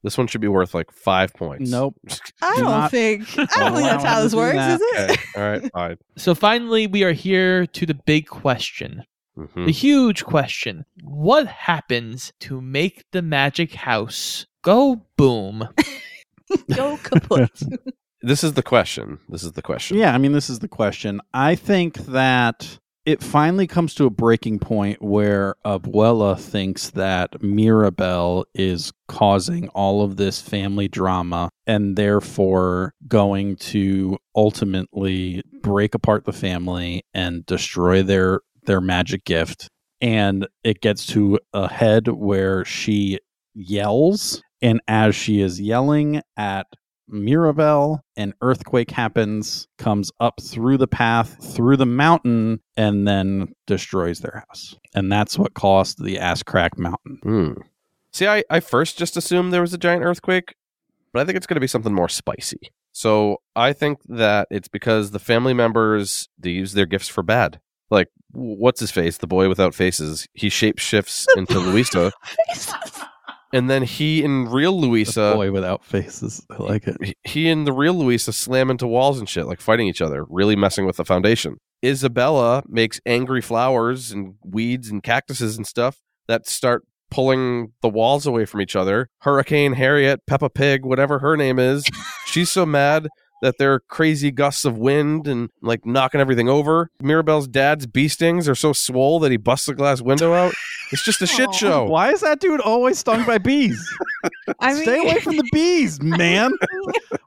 Speaker 2: This one should be worth like five points.
Speaker 1: Nope.
Speaker 3: I
Speaker 1: Do
Speaker 3: don't
Speaker 1: not
Speaker 3: think I don't think
Speaker 1: allow
Speaker 3: that's how
Speaker 1: him
Speaker 3: this
Speaker 1: to do
Speaker 3: works,
Speaker 1: that.
Speaker 3: is it?
Speaker 2: Okay. All right. Fine.
Speaker 4: So finally, we are here to the big question.
Speaker 2: Mhm.
Speaker 1: Mm.
Speaker 4: The huge question What happens to make the magic house go boom?
Speaker 3: Go kaput.
Speaker 2: This is the question. This is the question.
Speaker 1: Yeah, I mean, this is the question. I think that it finally comes to a breaking point where Abuela thinks that Mirabelle is causing all of this family drama and therefore going to ultimately break apart the family and destroy their their magic gift. And it gets to a head where she yells, and as she is yelling at Mirabelle, an earthquake happens, comes up through the path, through the mountain, and then destroys their house. And that's what caused the ass crack mountain.
Speaker 2: Hmm. See, I, I first just assumed there was a giant earthquake, but I think it's going to be something more spicy. So I think that it's because the family members they use their gifts for bad. Like w- what's his face, the boy without faces. He shapeshifts into Luisa, and then he and real
Speaker 1: The
Speaker 2: Luisa,
Speaker 1: boy without faces. I like it.
Speaker 2: he- he and the real Luisa slam into walls and shit, like fighting each other, really messing with the foundation. Isabella makes angry flowers and weeds and cactuses and stuff that start pulling the walls away from each other. Hurricane Harriet, Peppa Pig, whatever her name is, she's so mad that there are crazy gusts of wind and like knocking everything over. Mirabelle's dad's bee stings are so swole that he busts the glass window out. It's just a
Speaker 3: Aw.
Speaker 2: shit show.
Speaker 1: Why is that dude always stung by bees?
Speaker 3: I
Speaker 1: stay
Speaker 3: mean-
Speaker 1: away from the bees, man.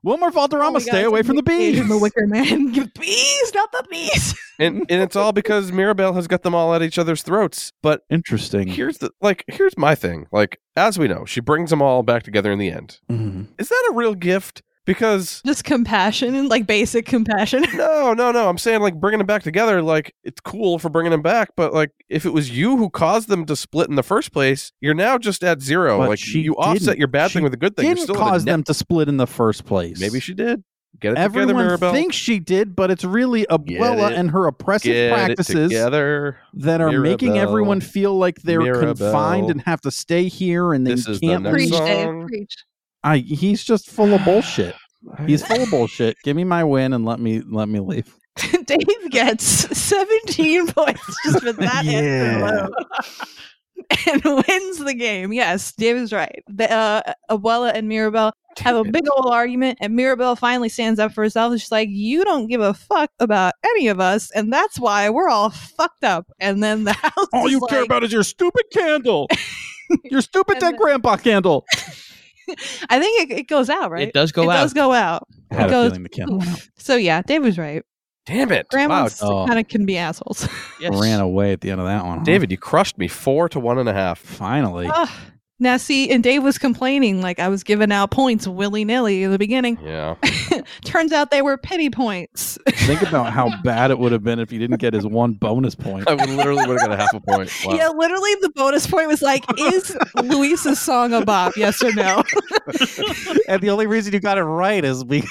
Speaker 1: Wilmer
Speaker 3: Oh
Speaker 1: Valderrama,
Speaker 3: my
Speaker 1: stay
Speaker 3: God,
Speaker 1: away from the
Speaker 3: Age
Speaker 1: bees.
Speaker 3: of the Wicker Man. Give bees, not the bees.
Speaker 2: And and it's all because Mirabelle has got them all at each other's throats. But
Speaker 1: Interesting.
Speaker 2: here's the like here's my thing. Like as we know, she brings them all back together in the end.
Speaker 1: Mhm.
Speaker 2: Is that a real gift? Because
Speaker 3: Just compassion and like basic compassion.
Speaker 2: No, no, no. I'm saying like bringing them back together. Like it's cool for bringing them back, but like if it was you who caused them to split in the first place, you're now just at zero.
Speaker 1: But
Speaker 2: like
Speaker 1: she
Speaker 2: you offset
Speaker 1: didn't.
Speaker 2: your bad
Speaker 1: She
Speaker 2: thing with a good thing. You're
Speaker 1: Didn't
Speaker 2: still
Speaker 1: cause
Speaker 2: in a net-
Speaker 1: them to split in the first place.
Speaker 2: Maybe she did. Get it
Speaker 1: Everyone
Speaker 2: together, Mirabelle.
Speaker 1: thinks she did, but it's really Abuela
Speaker 2: it-
Speaker 1: and her oppressive
Speaker 2: Get it
Speaker 1: practices
Speaker 2: together.
Speaker 1: that are making
Speaker 2: Mirabelle.
Speaker 1: everyone feel like they're
Speaker 2: Mirabelle.
Speaker 1: confined and have to stay here and they
Speaker 2: This is the
Speaker 1: can't
Speaker 2: next
Speaker 1: leave.
Speaker 3: preach, Dave,
Speaker 2: song.
Speaker 3: preach.
Speaker 1: I, he's just full of bullshit. He's full of bullshit. Give me my win and let me let me leave.
Speaker 3: Dave gets 17 points just for that answer alone. and wins the game. Yes, Dave is right. The, uh, Abuela and Mirabelle have a big old argument, and Mirabelle finally stands up for herself. And she's like, "You don't give a fuck about any of us, and that's why we're all fucked up." And then the house.
Speaker 1: All
Speaker 3: is
Speaker 1: you care
Speaker 3: like-
Speaker 1: about is your stupid candle. your stupid
Speaker 3: And
Speaker 1: dead
Speaker 3: the-
Speaker 1: grandpa candle.
Speaker 3: I think it, it goes out, right?
Speaker 4: It does go
Speaker 3: It
Speaker 4: out.
Speaker 3: does go out.
Speaker 1: I had a
Speaker 3: Goes-
Speaker 1: feeling the candle went out.
Speaker 3: So yeah, Dave was right.
Speaker 2: Damn it, wow,
Speaker 3: Grandmas
Speaker 1: Oh.
Speaker 3: kind of can be assholes.
Speaker 4: Yes.
Speaker 1: ran away at the end of that one. huh?
Speaker 2: David, you crushed me four to one and a half.
Speaker 1: finally.
Speaker 3: Ugh. Now see, and Dave was complaining like I was giving out points willy nilly in the beginning.
Speaker 2: Yeah,
Speaker 3: Turns out they were pity points.
Speaker 1: Think about how bad it would have been if you didn't get his one bonus point.
Speaker 2: I would literally would have got a half a point. Wow.
Speaker 3: Yeah, literally the bonus point was like, is Luisa's song a bop? Yes or no?
Speaker 1: and the only reason you got it right is because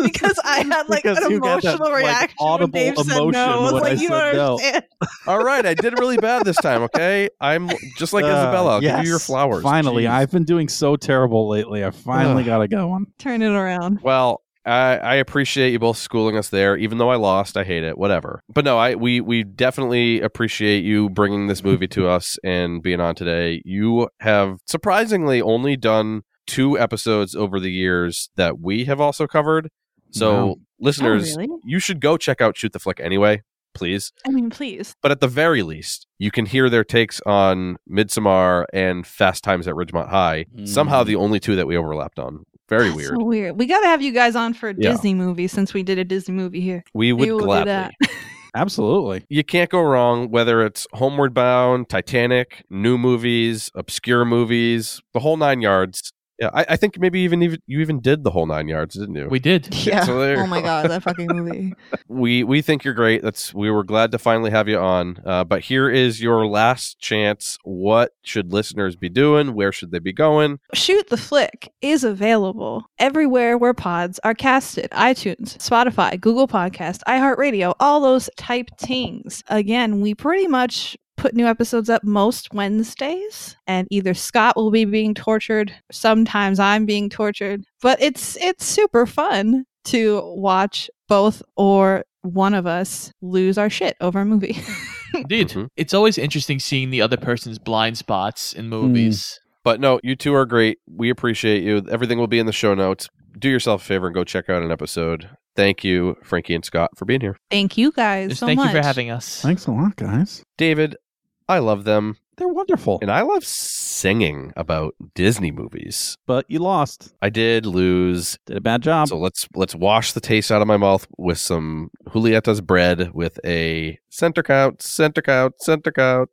Speaker 3: Because I had like
Speaker 1: Because
Speaker 3: an
Speaker 1: you got that,
Speaker 3: emotional
Speaker 1: like,
Speaker 3: reaction.
Speaker 1: audible
Speaker 3: when Dave said
Speaker 1: emotion
Speaker 3: no. I was
Speaker 1: when
Speaker 3: like,
Speaker 1: I
Speaker 3: you
Speaker 1: said
Speaker 3: don't
Speaker 1: no."
Speaker 3: understand.
Speaker 2: All right, I did really bad this time. Okay, I'm just like
Speaker 1: Uh,
Speaker 2: Isabella. I'll give you your
Speaker 1: yes.
Speaker 2: flowers.
Speaker 1: Finally,
Speaker 2: Jeez.
Speaker 1: I've been doing so terrible lately. I finally
Speaker 2: Ugh.
Speaker 1: got to go on.
Speaker 3: Turn it around.
Speaker 2: Well, I, I appreciate you both schooling us there, even though I lost. I hate it. Whatever. But no, I we we definitely appreciate you bringing this movie to us and being on today. You have surprisingly only done two episodes over the years that we have also covered. So,
Speaker 1: Wow.
Speaker 2: listeners,
Speaker 3: Oh, really?
Speaker 2: you should go check out Shoot the Flick anyway, please.
Speaker 3: I mean, please.
Speaker 2: But at the very least, you can hear their takes on Midsommar and Fast Times at Ridgemont High.
Speaker 1: Mm.
Speaker 2: Somehow, the only two that we overlapped on. Very
Speaker 3: That's
Speaker 2: weird.
Speaker 3: So weird. We got to have you guys on for a
Speaker 2: Yeah.
Speaker 3: Disney movie since we did a Disney movie here.
Speaker 2: We would
Speaker 3: will do
Speaker 2: gladly.
Speaker 3: that.
Speaker 1: Absolutely.
Speaker 2: You can't go wrong, whether it's Homeward Bound, Titanic, new movies, obscure movies, the whole nine yards. Yeah, I, I think maybe even even- you even did the whole nine yards, didn't you?
Speaker 4: We did.
Speaker 3: Yeah.
Speaker 2: So there you
Speaker 3: oh my
Speaker 2: go.
Speaker 3: god, that fucking movie.
Speaker 2: we we think you're great. That's we were glad to finally have you on. Uh, but here is your last chance. What should listeners be doing? Where should they be going?
Speaker 3: Shoot the Flick is available everywhere where pods are casted iTunes, Spotify, Google Podcast, iHeartRadio, all those type things. Again, we pretty much put new episodes up most Wednesdays, and either Scott will be being tortured, sometimes I'm being tortured, but it's it's super fun to watch both or one of us lose our shit over a movie.
Speaker 4: Indeed.
Speaker 2: Mhm.
Speaker 4: It's always interesting seeing the other person's blind spots in movies.
Speaker 2: But no, you two are great. We appreciate you. Everything will be in the show notes. Do yourself a favor and go check out an episode. Thank you, Frankie and Scott, for being here.
Speaker 3: Thank you guys
Speaker 4: Just
Speaker 3: so
Speaker 4: thank
Speaker 3: much.
Speaker 4: you for having us.
Speaker 1: Thanks a lot, guys.
Speaker 2: David, I love them.
Speaker 1: They're wonderful.
Speaker 2: And I love singing about Disney movies.
Speaker 1: But you lost.
Speaker 2: I did lose.
Speaker 1: Did a bad job.
Speaker 2: So let's let's wash the taste out of my mouth with some Julieta's bread with a center count, center count, center count.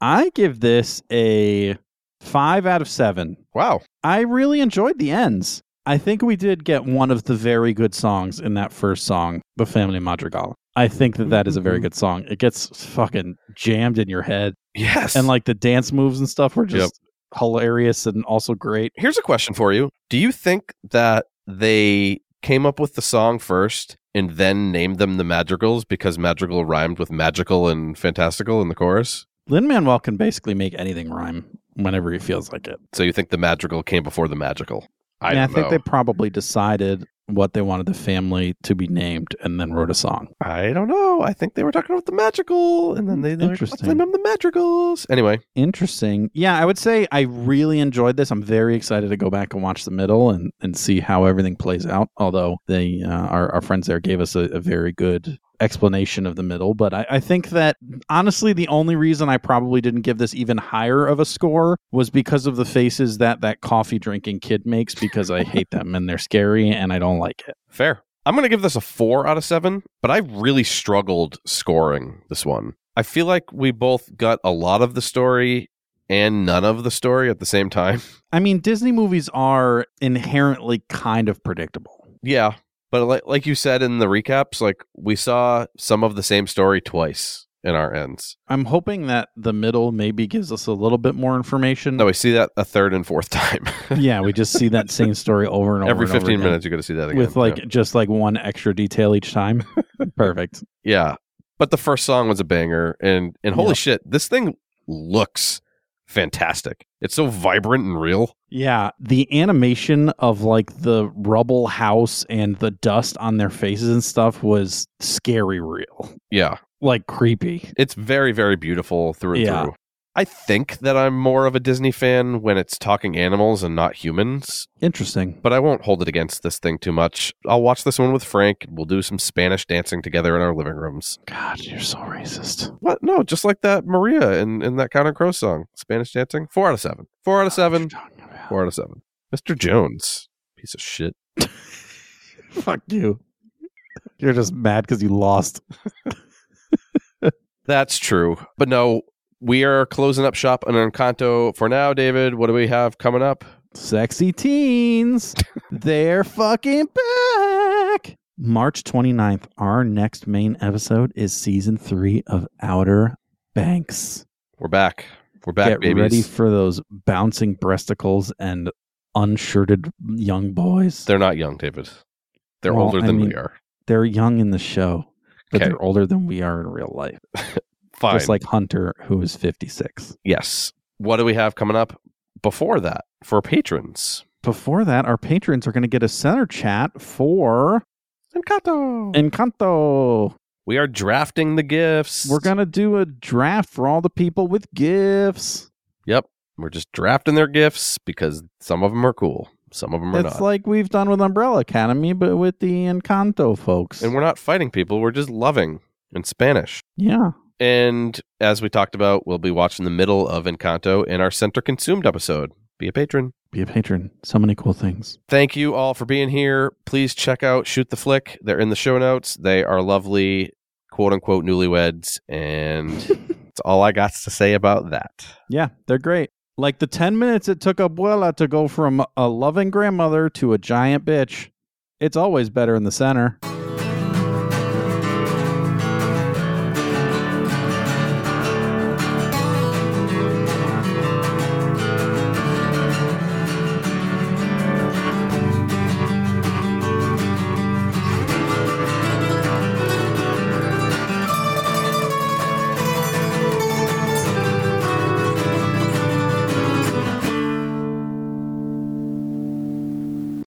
Speaker 1: I give this a five out of seven.
Speaker 2: Wow.
Speaker 1: I really enjoyed the ends. I think we did get one of the very good songs in that first song, The Family Madrigal. I think that that is a very good song. It gets fucking jammed in your head.
Speaker 2: Yes.
Speaker 1: And like the dance moves and stuff were
Speaker 2: Yep.
Speaker 1: just hilarious and also great.
Speaker 2: here's a question for you. Do you think that they came up with the song first and then named them the Madrigals because Madrigal rhymed with magical and fantastical in the chorus?
Speaker 1: Lin Manuel can basically make anything rhyme whenever he feels like it.
Speaker 2: So you think the Madrigal came before the magical? I
Speaker 1: And I
Speaker 2: don't
Speaker 1: think
Speaker 2: know.
Speaker 1: they probably decided what they wanted the family to be named and then wrote a song.
Speaker 2: I don't know. I think they were talking about the magical, and then they they were like, let's
Speaker 1: Hmm, Interesting.
Speaker 2: name them the Madrigals. Anyway,
Speaker 1: Interesting. Yeah, I would say I really enjoyed this. I'm very excited to go back and watch the middle and, and see how everything plays out. Although they uh, our, our friends there gave us a, a very good explanation of the middle. But I, I think that honestly, the only reason I probably didn't give this even higher of a score was because of the faces that that coffee drinking kid makes because I hate them and they're scary and I don't like it.
Speaker 2: fair. I'm going to give this a four out of seven, but I really struggled scoring this one. I feel like we both got a lot of the story and none of the story at the same time.
Speaker 1: I mean, Disney movies are inherently kind of predictable.
Speaker 2: Yeah, but like like you said in the recaps, like we saw some of the same story twice in our ends.
Speaker 1: I'm hoping that the middle maybe gives us a little bit more information.
Speaker 2: No, we see that a third and fourth time.
Speaker 1: Mm. yeah, we just see that same story over and over.
Speaker 2: Every
Speaker 1: and over
Speaker 2: 15
Speaker 1: again.
Speaker 2: minutes, you're going to see that again.
Speaker 1: with like
Speaker 2: yeah.
Speaker 1: just like one extra detail each time. Perfect.
Speaker 2: Yeah. But the first song was a banger, and and holy
Speaker 1: Yeah.
Speaker 2: shit, this thing looks fantastic. It's so vibrant and real.
Speaker 1: Yeah, the animation of like the rubble house and the dust on their faces and stuff was scary real,
Speaker 2: Yeah,
Speaker 1: like creepy.
Speaker 2: it's very very beautiful through and
Speaker 1: Yeah.
Speaker 2: through. I think that I'm more of a Disney fan when it's talking animals and not humans.
Speaker 1: Interesting.
Speaker 2: but I won't hold it against this thing too much. I'll watch this one with Frank. We'll do some Spanish dancing together in our living rooms.
Speaker 1: God, you're so racist.
Speaker 2: What? No, just like that Maria in, in that Counter Crow song, Spanish dancing. Four out of seven. Four out of seven. Four out of seven. Mr. Jones, piece of shit.
Speaker 1: Fuck you. You're just mad because you lost.
Speaker 2: That's true. But no, we are closing up shop on Encanto for now, David. What do we have coming up?
Speaker 1: Sexy teens, they're fucking back. March 29th, our next main episode is season three of Outer Banks.
Speaker 2: We're back. We're back,
Speaker 1: Get
Speaker 2: babies.
Speaker 1: ready for those bouncing breasticles and unshirted young boys. They're,
Speaker 2: They're not young, David. They're
Speaker 1: Well,
Speaker 2: older
Speaker 1: I
Speaker 2: than we
Speaker 1: mean-
Speaker 2: are.
Speaker 1: young in the show, but
Speaker 2: Okay.
Speaker 1: they're older than we are in real life.
Speaker 2: Fine.
Speaker 1: Just like Hunter, who is 56.
Speaker 2: yes. What do we have coming up before that for patrons?
Speaker 1: Before that, our patrons are going to get a center chat for
Speaker 2: Encanto.
Speaker 1: Encanto.
Speaker 2: we are drafting the gifts.
Speaker 1: We're gonna do a draft for all the people with gifts.
Speaker 2: Yep. We're just drafting their gifts because some of them are cool, some of them are
Speaker 1: It's
Speaker 2: not.
Speaker 1: like we've done with Umbrella Academy, but with the Encanto folks.
Speaker 2: and we're not fighting people. We're just loving in Spanish.
Speaker 1: yeah,
Speaker 2: And as we talked about, we'll be watching the middle of Encanto in our Center Consumed episode. Be a patron.
Speaker 1: be a patron. So many cool things.
Speaker 2: Thank you all for being here. Please check out Shoot the Flick. They're in the show notes. They are lovely. quote unquote newlyweds, and that's all I got to say about that.
Speaker 1: Yeah, they're great. Like the 10 minutes it took Abuela to go from a loving grandmother to a giant bitch, it's always better in the center.